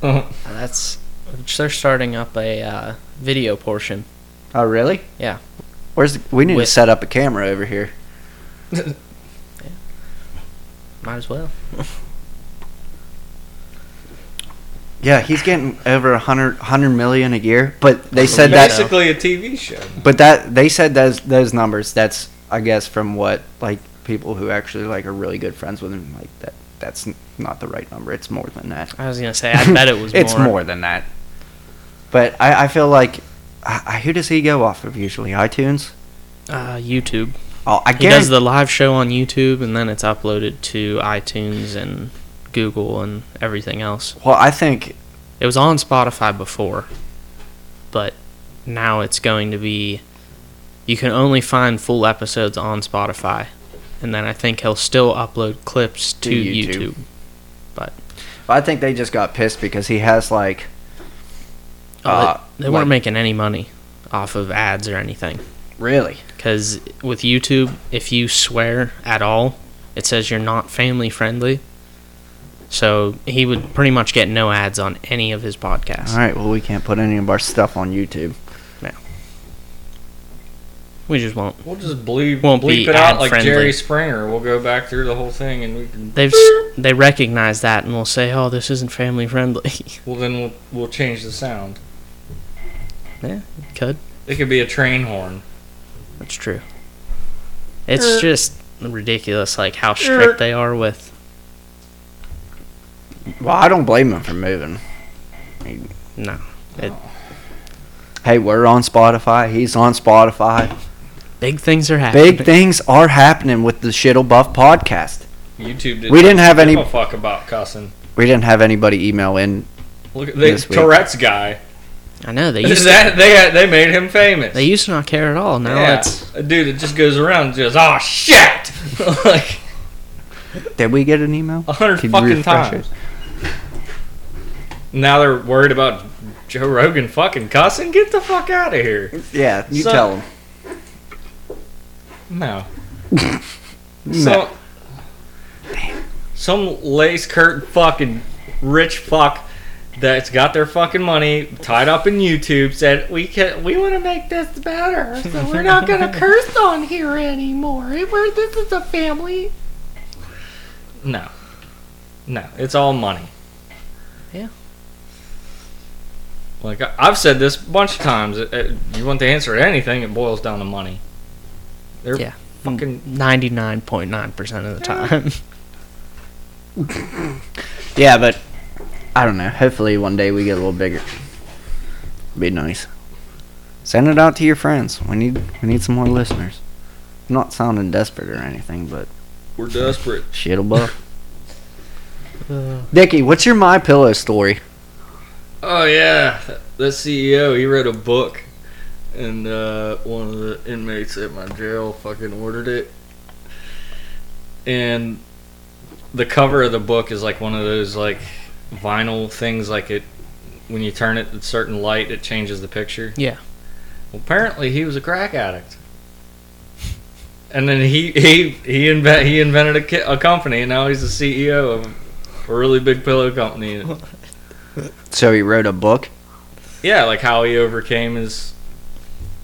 Speaker 4: Uh-huh.
Speaker 3: that's. Which they're starting up a uh, video portion.
Speaker 2: Oh, really?
Speaker 3: Yeah.
Speaker 2: Where's the, we need
Speaker 3: With-
Speaker 2: to set up a camera over here?
Speaker 3: Might as well.
Speaker 2: Yeah, he's getting over a hundred hundred million a year, but they said that
Speaker 4: basically a TV show.
Speaker 2: But that they said those those numbers. That's I guess from what like people who actually like are really good friends with him like that. That's n- not the right number. It's more than that.
Speaker 3: I was gonna say. I bet it was.
Speaker 2: it's
Speaker 3: more.
Speaker 2: more than that. But I, I feel like I, I- who does he go off of usually? iTunes.
Speaker 3: Uh, YouTube.
Speaker 2: Oh, I
Speaker 3: He does
Speaker 2: guess
Speaker 3: the live show on YouTube, and then it's uploaded to iTunes and Google and everything else.
Speaker 2: well, I think
Speaker 3: It was on Spotify before, but now it's going to be. You can only find full episodes on Spotify, and then I think he'll still upload clips
Speaker 2: To
Speaker 3: to,
Speaker 2: YouTube.
Speaker 3: YouTube.
Speaker 2: I think they just got pissed because he has like.
Speaker 3: Oh,
Speaker 2: Uh,
Speaker 3: they, they weren't
Speaker 2: like-
Speaker 3: making any money off of ads or anything.
Speaker 2: Really?
Speaker 3: Because with YouTube, if you swear at all, it says you're not family friendly. So he would pretty much get no ads on any of his podcasts.
Speaker 2: All right. Well, we can't put any of our stuff on YouTube.
Speaker 3: We just won't.
Speaker 4: We'll just bleep,
Speaker 3: Won't be
Speaker 4: bleep it out like
Speaker 3: ad-friendly.
Speaker 4: Jerry Springer. We'll go back through the whole thing and we can.
Speaker 3: They've s- they recognize that and will say, "Oh, this isn't family friendly."
Speaker 4: Well, then we'll, we'll change the sound.
Speaker 3: Could
Speaker 4: It could be a train horn.
Speaker 3: that's true.
Speaker 4: Uh.
Speaker 3: It's just ridiculous, like how strict they are with.
Speaker 2: Well, I don't blame him for moving.
Speaker 3: No,
Speaker 2: Hey, we're on Spotify. He's on Spotify.
Speaker 3: big things are happening.
Speaker 2: Big things are happening with the Shittle Buff podcast.
Speaker 4: YouTube did
Speaker 2: We didn't have any-
Speaker 4: give a fuck about cussing.
Speaker 2: We didn't have anybody email in.
Speaker 4: Look, at they,
Speaker 2: This week.
Speaker 4: Tourette's guy.
Speaker 3: I know they used to,
Speaker 4: that, they had- they made him famous.
Speaker 3: they used to not care at all. Now
Speaker 4: yeah,
Speaker 3: it's
Speaker 4: dude, it just goes around and just oh shit, like
Speaker 2: Did we get an email?
Speaker 4: a hundred
Speaker 2: Can you
Speaker 4: fucking
Speaker 2: refresh
Speaker 4: times. Now they're worried about Joe Rogan fucking cussing. Get the fuck out of here.
Speaker 2: Yeah, you
Speaker 4: So-
Speaker 2: tell him.
Speaker 4: No. So, some lace curt fucking rich fuck that's got their fucking money tied up in YouTube said we can we want to make this better, so we're not gonna curse on here anymore. We're, this is a family. No, no, it's all money.
Speaker 3: Yeah.
Speaker 4: Like I- I've said this a bunch of times. uh, uh, You want the answer to anything, it boils down to money. They're
Speaker 3: Yeah.
Speaker 4: fucking
Speaker 3: ninety nine point nine percent of the time.
Speaker 2: Yeah, but I don't know. Hopefully, one day we get a little bigger. Be nice. Send it out to your friends. We need we need some more listeners. I'm not sounding desperate or anything, but
Speaker 4: We're desperate.
Speaker 2: shit'll buff.
Speaker 4: Uh.
Speaker 2: Dickie, what's your My Pillow story?
Speaker 4: Oh yeah, that CEO. He wrote a book, and uh, one of the inmates at my jail fucking ordered it. And the cover of the book is like one of those like vinyl things. Like it, when you turn it a certain light, it changes the picture.
Speaker 3: Yeah.
Speaker 4: Well, apparently he was a crack addict. And then he he he, invent, he invented a, ki- a company, and now he's the CEO of a really big pillow company.
Speaker 2: So he wrote a book.
Speaker 4: Yeah, like how he overcame his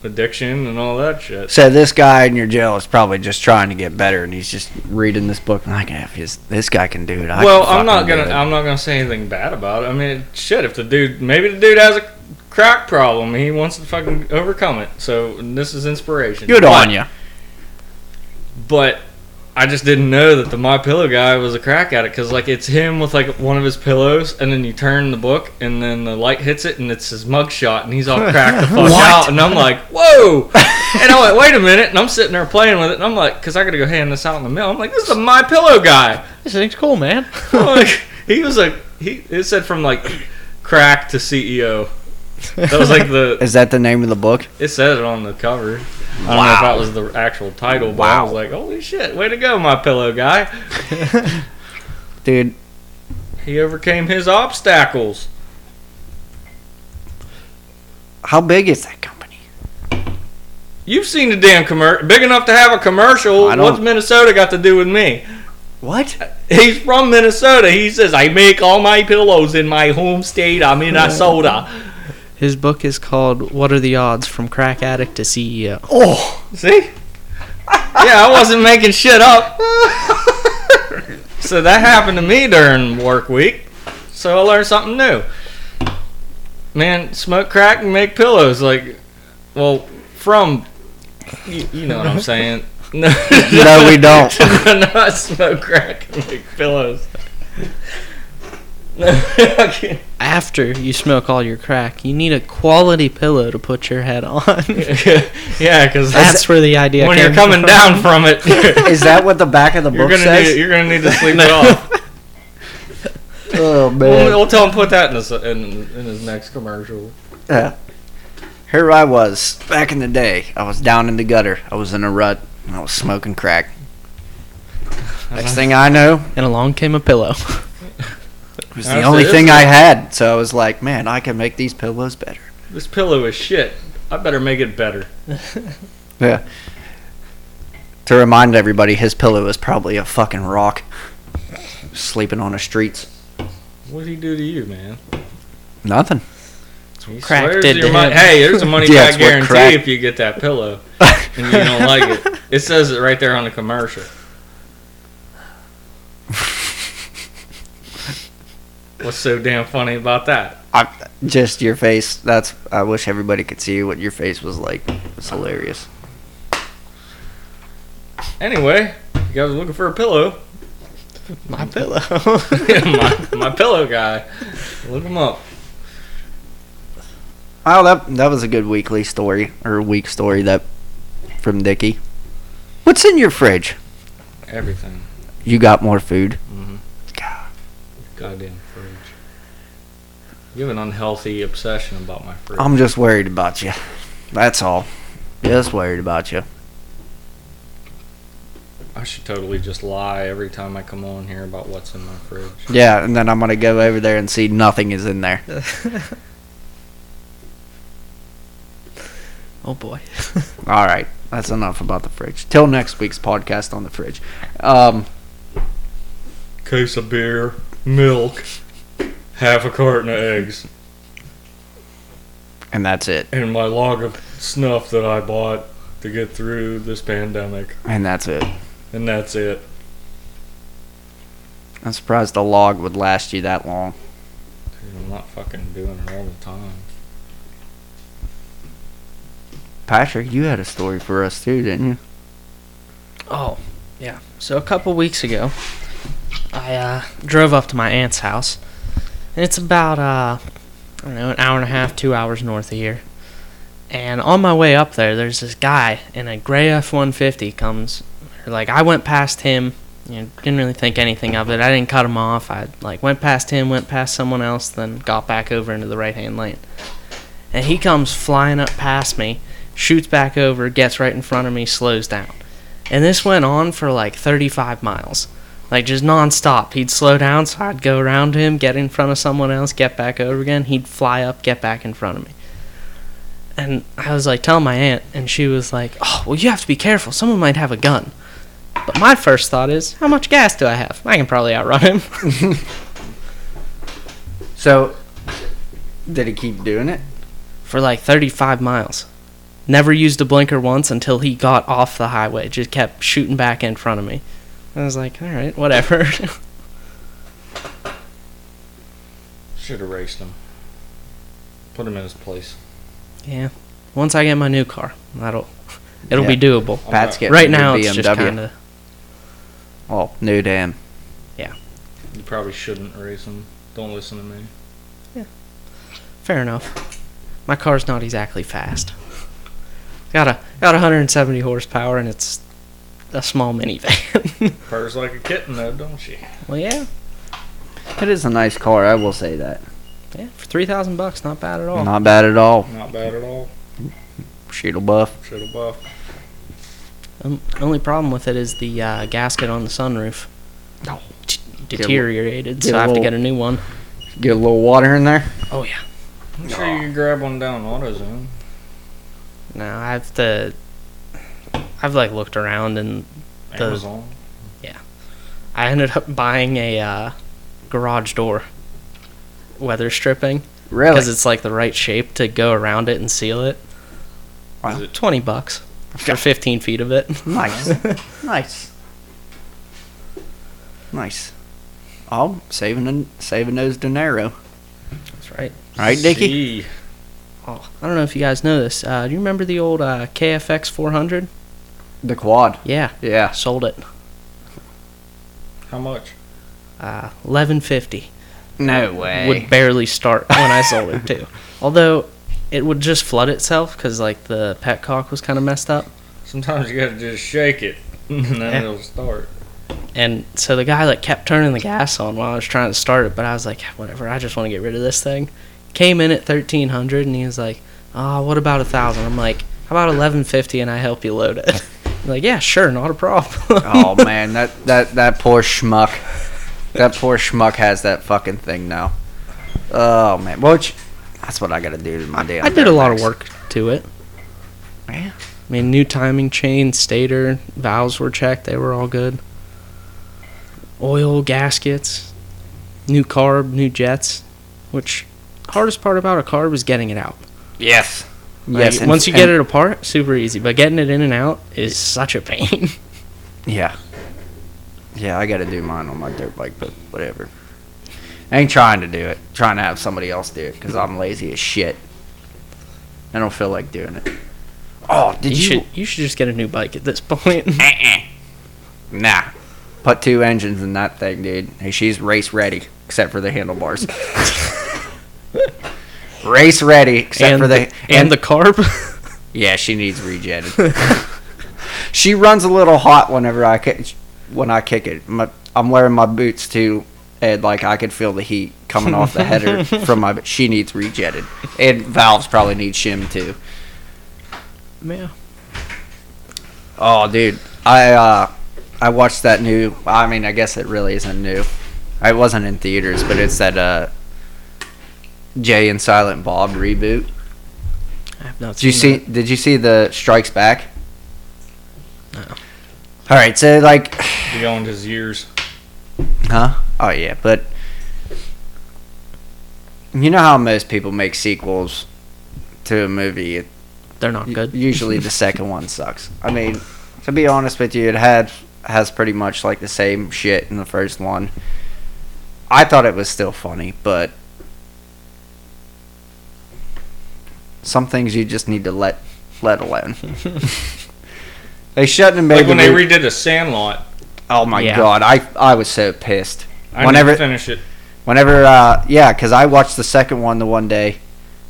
Speaker 4: addiction and all that shit.
Speaker 2: So this guy in your jail is probably just trying to get better, and he's just reading this book. And like, if his, this guy can do it, I
Speaker 4: well,
Speaker 2: can
Speaker 4: I'm not
Speaker 2: fucking do
Speaker 4: gonna I'm not gonna say anything bad about it. I mean, shit, if the dude maybe the dude has a crack problem, he wants to fucking overcome it. So and this is inspiration.
Speaker 2: it. Good
Speaker 4: But-
Speaker 2: on you.
Speaker 4: But I just didn't know that the My Pillow guy was a crack addict because like it's him with like one of his pillows, and then you turn the book, and then the light hits it, and it's his mugshot, and he's all cracked the fuck out, and I'm like, whoa. and I went, wait a minute, and I'm sitting there playing with it, and I'm like, because I gotta go hand this out in the mail. I'm like, this is a My Pillow guy.
Speaker 3: This thing's cool, man.
Speaker 4: I'm like, he was like, he it said from like crack to CEO. That was like the
Speaker 2: Is that the name of the book?
Speaker 4: it said it on the cover. I don't know if that was the actual title, but I was like, holy shit, way to go, my pillow guy.
Speaker 2: Dude,
Speaker 4: He overcame his obstacles.
Speaker 2: how big is that company?
Speaker 4: You've seen the damn commercial. Big enough to have a commercial.
Speaker 2: I don't-
Speaker 4: What's Minnesota got to do with me?
Speaker 2: What?
Speaker 4: He's from Minnesota. He says, I make all my pillows in my home state. I'm in Minnesota.
Speaker 3: His book is called "What Are the Odds: From Crack Addict to E CEO."
Speaker 4: Oh, see? yeah, I wasn't making shit up. so that happened to me during work week. So I learned something new. Man, smoke crack and make pillows. Like, well, from. You, you know what I'm saying. No,
Speaker 2: No, we don't.
Speaker 4: not smoke crack and make pillows. No, I can't.
Speaker 3: After you smoke all your crack, you need a quality pillow to put your head on.
Speaker 4: yeah, because
Speaker 3: That's where the idea
Speaker 4: when
Speaker 3: came
Speaker 4: you're coming
Speaker 3: from.
Speaker 4: down from it,
Speaker 2: Is that what the back of the
Speaker 4: you're
Speaker 2: book
Speaker 4: gonna
Speaker 2: says?
Speaker 4: need, you're gonna need to sleep it off.
Speaker 2: Oh
Speaker 4: We'll,
Speaker 2: man.
Speaker 4: we'll tell him put that in his in, in his next commercial.
Speaker 2: Yeah. Here I was back in the day. I was down in the gutter. I was in a rut. And I was smoking crack.
Speaker 4: Uh-huh.
Speaker 2: Next thing I know,
Speaker 3: And along came a pillow.
Speaker 2: it was the
Speaker 4: That's
Speaker 2: only
Speaker 4: it,
Speaker 2: thing
Speaker 4: isn't
Speaker 2: I
Speaker 4: it?
Speaker 2: had. So I was like, man, I can make these pillows better.
Speaker 4: This pillow is shit. I better make it better.
Speaker 2: Yeah. To remind everybody, his pillow is probably a fucking rock. Sleeping on the streets.
Speaker 4: What did he do to you, man?
Speaker 2: Nothing.
Speaker 4: He
Speaker 3: Crack
Speaker 4: swears
Speaker 3: did
Speaker 4: your
Speaker 3: to
Speaker 4: mon-
Speaker 3: him.
Speaker 4: Hey, there's a money
Speaker 2: Yeah,
Speaker 4: back
Speaker 2: it's what
Speaker 4: guarantee
Speaker 2: crack-
Speaker 4: if you get that pillow and you don't like it. It says it right there on the commercial. What's so damn funny about that?
Speaker 2: I, just your face. That's. I wish everybody could see what your face was like. It's hilarious.
Speaker 4: Anyway, you guys are looking for a pillow.
Speaker 3: My pillow.
Speaker 4: my, my pillow guy. Look him up.
Speaker 2: Well, that that was a good weekly story or week story that from Dicky. What's in your fridge?
Speaker 4: Everything.
Speaker 2: You got more food.
Speaker 4: Mhm.
Speaker 2: God.
Speaker 4: Goddamn fridge. You have an unhealthy obsession about my fridge.
Speaker 3: Um,
Speaker 2: I'm just worried about you. That's all. Just worried about you.
Speaker 4: I should totally just lie every time I come on here about what's in my fridge.
Speaker 2: Yeah, and then I'm gonna go over there and see nothing is in there.
Speaker 3: oh boy.
Speaker 2: All right, that's enough about the fridge. Till next week's podcast on the fridge. Um,
Speaker 4: Case of beer, milk, half a carton of eggs,
Speaker 2: and that's it.
Speaker 4: and my log of snuff that I bought to get through this pandemic.
Speaker 2: And that's it.
Speaker 4: And that's it.
Speaker 2: I'm surprised the log would last you that long.
Speaker 4: Dude, I'm not fucking doing it all the time.
Speaker 2: Patrick, you had a story for us too, didn't you?
Speaker 3: Oh, yeah. So a couple weeks ago, I uh, drove up to my aunt's house, and it's about uh, I don't know, an hour and a half, two hours north of here. And on my way up there, there's this guy in a gray F-150 comes. Like I went past him, you know, didn't really think anything of it. I didn't cut him off. I like went past him, went past someone else, then got back over into the right-hand lane. And he comes flying up past me, shoots back over, gets right in front of me, slows down. And this went on for like 35 miles. Like just nonstop. He'd slow down, so I'd go around him, get in front of someone else, get back over again. He'd fly up, get back in front of me. And I was like, telling my aunt, and she was like, oh, well, you have to be careful. Someone might have a gun. But my first thought is, how much gas do I have? I can probably outrun him.
Speaker 2: So, did he keep doing it?
Speaker 3: for like 35 miles. Never used a blinker once until he got off the highway. Just kept shooting back in front of me. I was like, all right, whatever.
Speaker 4: Should have raced him. Put him in his place.
Speaker 3: Yeah. Once I get my new car, that'll it'll be
Speaker 2: Yeah.
Speaker 3: doable.
Speaker 2: Pat's getting
Speaker 3: right
Speaker 2: a new
Speaker 3: now,
Speaker 2: BMW.
Speaker 3: it's just kind of
Speaker 2: oh, new damn.
Speaker 4: You probably shouldn't race him. Don't listen to me.
Speaker 3: fair enough. My car's not exactly fast. Got a got 170 horsepower and it's a small minivan.
Speaker 4: Purrs like a kitten, though, don't she?
Speaker 3: well, yeah,
Speaker 2: It is a nice car, I will say that.
Speaker 3: yeah, for three thousand bucks, not bad at all.
Speaker 2: Not bad at all.
Speaker 4: Not bad at all.
Speaker 2: Sheetle buff.
Speaker 4: Should have buffed.
Speaker 3: Um, only problem with it is the uh, gasket on the sunroof
Speaker 2: No.
Speaker 3: t-
Speaker 2: Get a-
Speaker 3: deteriorated,
Speaker 2: get
Speaker 3: so
Speaker 2: a
Speaker 3: I have to
Speaker 2: little-
Speaker 3: get a new one.
Speaker 2: Get a little water in there.
Speaker 3: Oh yeah.
Speaker 4: I'm sure you could grab one down AutoZone.
Speaker 3: No, I have to. I've like looked around and The-
Speaker 4: Amazon.
Speaker 3: I ended up buying a uh, garage door weather stripping
Speaker 2: Really?
Speaker 3: because it's like the right shape to go around it and seal it.
Speaker 2: Wow.
Speaker 3: Twenty bucks for fifteen feet of it.
Speaker 2: nice. nice. Nice. Oh, saving an- saving those dinero.
Speaker 3: That's right.
Speaker 2: All right, Dickie.
Speaker 4: See.
Speaker 3: Oh, I don't know if you guys know this. Uh, do you remember the old uh, KFX 400?
Speaker 2: The quad.
Speaker 3: Yeah, I
Speaker 2: Yeah.
Speaker 3: sold it.
Speaker 4: How much?
Speaker 3: Uh, 1150
Speaker 2: No way.
Speaker 3: would barely start when I sold it too. Although it would just flood itself because like the petcock was kind of messed up.
Speaker 4: Sometimes you gotta just shake it, and then
Speaker 3: Yeah.
Speaker 4: it'll start.
Speaker 3: And so the guy like kept turning the gas on while I was trying to start it, but I was like, whatever, I just want to get rid of this thing. Came in at thirteen hundred, and he was like, "Ah, what about a thousand? I'm like, "How about eleven fifty, and I help you load it?" I'm like, yeah, sure, not a problem.
Speaker 2: oh man, that that that poor schmuck. That poor schmuck has that fucking thing now. Oh man, well, it's- that's what I gotta do to my damn.
Speaker 3: I did a lot of
Speaker 2: Fairfax.
Speaker 3: work to it.
Speaker 2: man.
Speaker 3: I mean, new timing chain, stator, valves were checked. They were all good. Oil, gaskets, new carb, new jets. Which hardest part about a carb is getting it out.
Speaker 2: Yes.
Speaker 3: Like,
Speaker 2: Yes. and-
Speaker 3: once you get
Speaker 2: and-
Speaker 3: it apart, super easy. But getting it in and out is such a pain.
Speaker 2: Yeah. Yeah, I got to do mine on my dirt bike, but whatever. I ain't trying to do it. trying to have somebody else do it because I'm lazy as shit. I don't feel like doing it. Oh, did
Speaker 3: you
Speaker 2: you?
Speaker 3: should you should just get a new bike at this point.
Speaker 2: Uh-uh. Nah. Put two engines in that thing, dude. Hey, she's race ready, except for the handlebars. race ready, except
Speaker 3: and
Speaker 2: for the
Speaker 3: the, and the carb.
Speaker 2: yeah, she needs rejetted. she runs a little hot whenever I kick, when I kick it. My, I'm wearing my boots too, and like I could feel the heat coming off the header from my. She needs rejetted, and valves probably need shim too.
Speaker 3: yeah.
Speaker 2: Oh, dude, I uh, I watched that new. I mean, I guess it really isn't new. It wasn't in theaters, but it's that uh, Jay and Silent Bob reboot.
Speaker 3: I have not
Speaker 2: Did you
Speaker 3: seen
Speaker 2: see? Did you see the Strikes Back? All right, so like,
Speaker 4: Beyond his years.
Speaker 2: huh? Oh yeah, but you know how most people make sequels to a movie. It-
Speaker 3: that. They're not good.
Speaker 2: Usually, the second one sucks. I mean, to be honest with you, it had has pretty much like the same shit in the first one. I thought it was still funny, but some things you just need to let let alone. they shouldn't have made
Speaker 4: Like when
Speaker 2: the
Speaker 4: they
Speaker 2: mo-
Speaker 4: redid the Sandlot.
Speaker 2: Oh my
Speaker 3: Yeah.
Speaker 2: god, I I was so pissed.
Speaker 4: I
Speaker 2: Whenever-
Speaker 4: need to finish it.
Speaker 2: Whenever, uh, yeah, because I watched the second one the one day,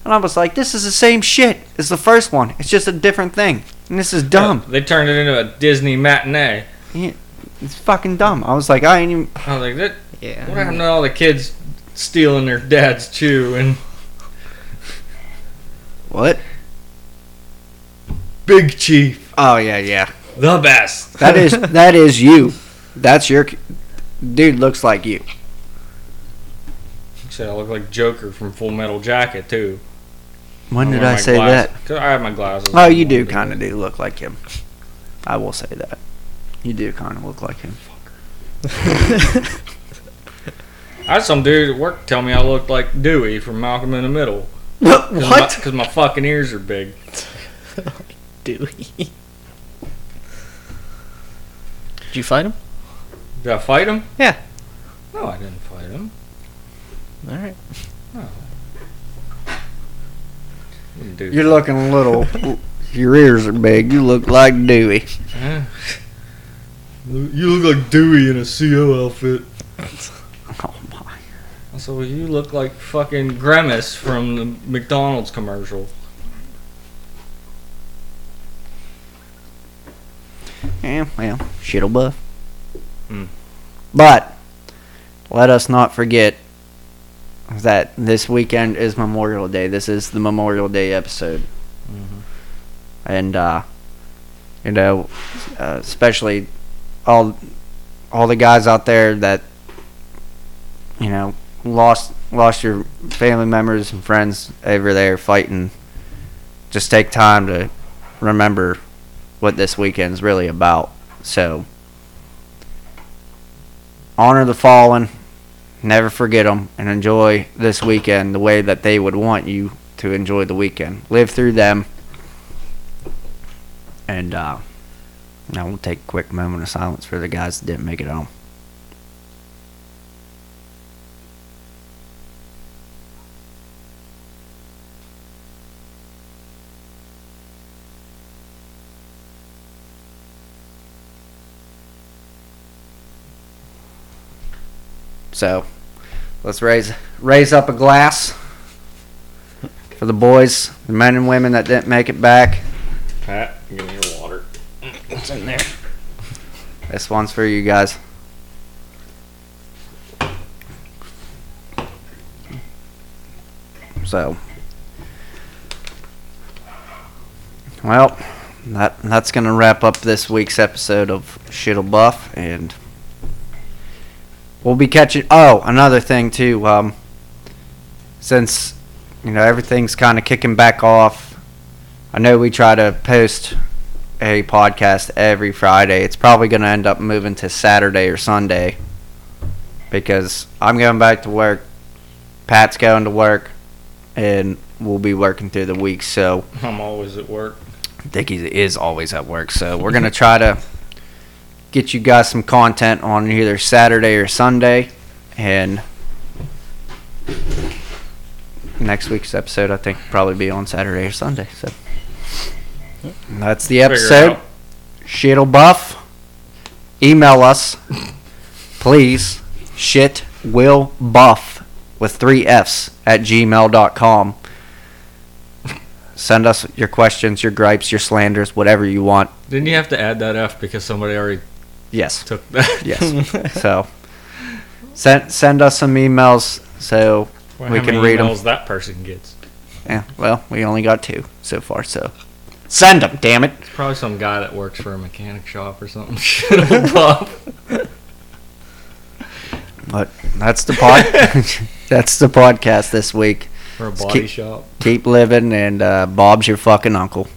Speaker 2: and I was like, this is the same shit as the first one. It's just a different thing, and this is dumb.
Speaker 4: They turned it into a Disney matinee.
Speaker 2: It's fucking dumb. I was like, I ain't even.
Speaker 4: I was like, that,
Speaker 3: Yeah.
Speaker 4: what happened to all the kids stealing their dad's chew and
Speaker 2: What?
Speaker 4: Big Chief,
Speaker 2: Oh yeah, yeah.
Speaker 4: the best.
Speaker 2: That is that is you. That's your c- dude. Looks like you.
Speaker 4: Said I look like Joker from Full Metal Jacket too.
Speaker 2: When did I say that?
Speaker 4: Cause I have my glasses.
Speaker 2: Oh,
Speaker 4: on.
Speaker 2: you do kind of do look like him. I will say that. You do kind of look like him.
Speaker 4: I had some dude at work tell me I looked like Dewey from Malcolm in the Middle.
Speaker 2: What?
Speaker 4: Because my fucking ears are big.
Speaker 3: Dewey. Did you fight him?
Speaker 4: Did I fight him?
Speaker 3: Yeah.
Speaker 4: No, I didn't fight him.
Speaker 3: All right.
Speaker 4: Wouldn't do
Speaker 2: You're looking a little. Your ears are big. You look like Dewey.
Speaker 4: that. You look like Dewey in a CO outfit.
Speaker 2: Oh my.
Speaker 4: So you look like fucking Grimace from the McDonald's commercial.
Speaker 2: Yeah, Eh, well, shit'll buff.
Speaker 4: Mm.
Speaker 2: But let us not forget that this weekend is Memorial Day. This is the Memorial Day episode, and uh, you know, uh, especially all all the guys out there that you know lost lost your family members and friends over there fighting. Just take time to remember what this weekend's really about. So, honor the fallen, never forget them, and enjoy this weekend the way that they would want you to enjoy the weekend. Live through them. And uh, now we'll take a quick moment of silence for the guys that didn't make it home. So let's raise raise up a glass for the boys, the men and women that didn't make it back.
Speaker 4: Pat, give me your water.
Speaker 3: What's in there?
Speaker 2: This one's for you guys. So, well, that that's gonna wrap up this week's episode of Shittle Buff, and we'll be catching. Oh, another thing too. Um, since you know everything's kind of kicking back off, I know we try to post a podcast every Friday. It's probably going to end up moving to Saturday or Sunday because I'm going back to work. Pat's going to work, and we'll be working through the week. So
Speaker 4: I'm always at work.
Speaker 2: Dickie is always at work. So we're going to try to get you guys some content on either Saturday or Sunday. And next week's episode, I think, will probably be on Saturday or Sunday. So And that's the
Speaker 4: Figure it
Speaker 2: episode.
Speaker 4: out.
Speaker 2: Shit'll buff. Email us, please. Shit will buff with three F's at gmail.com. Send us your questions, your gripes, your slanders, whatever you want.
Speaker 4: Didn't you have to add that F because somebody already
Speaker 2: Yes.
Speaker 4: took that?
Speaker 2: Yes. so send send us some emails. So
Speaker 4: Well,
Speaker 2: We
Speaker 4: how
Speaker 2: can
Speaker 4: many
Speaker 2: read 'em.
Speaker 4: emails that person gets.
Speaker 2: yeah, well, we only got two so far. So send them, damn it.
Speaker 4: It's probably some guy that works for a mechanic shop or something. Shit will buff.
Speaker 2: But that's the pod. that's the podcast this week.
Speaker 4: Or a
Speaker 2: Just
Speaker 4: body
Speaker 2: keep-
Speaker 4: shop.
Speaker 2: Keep living, and uh, Bob's your fucking uncle.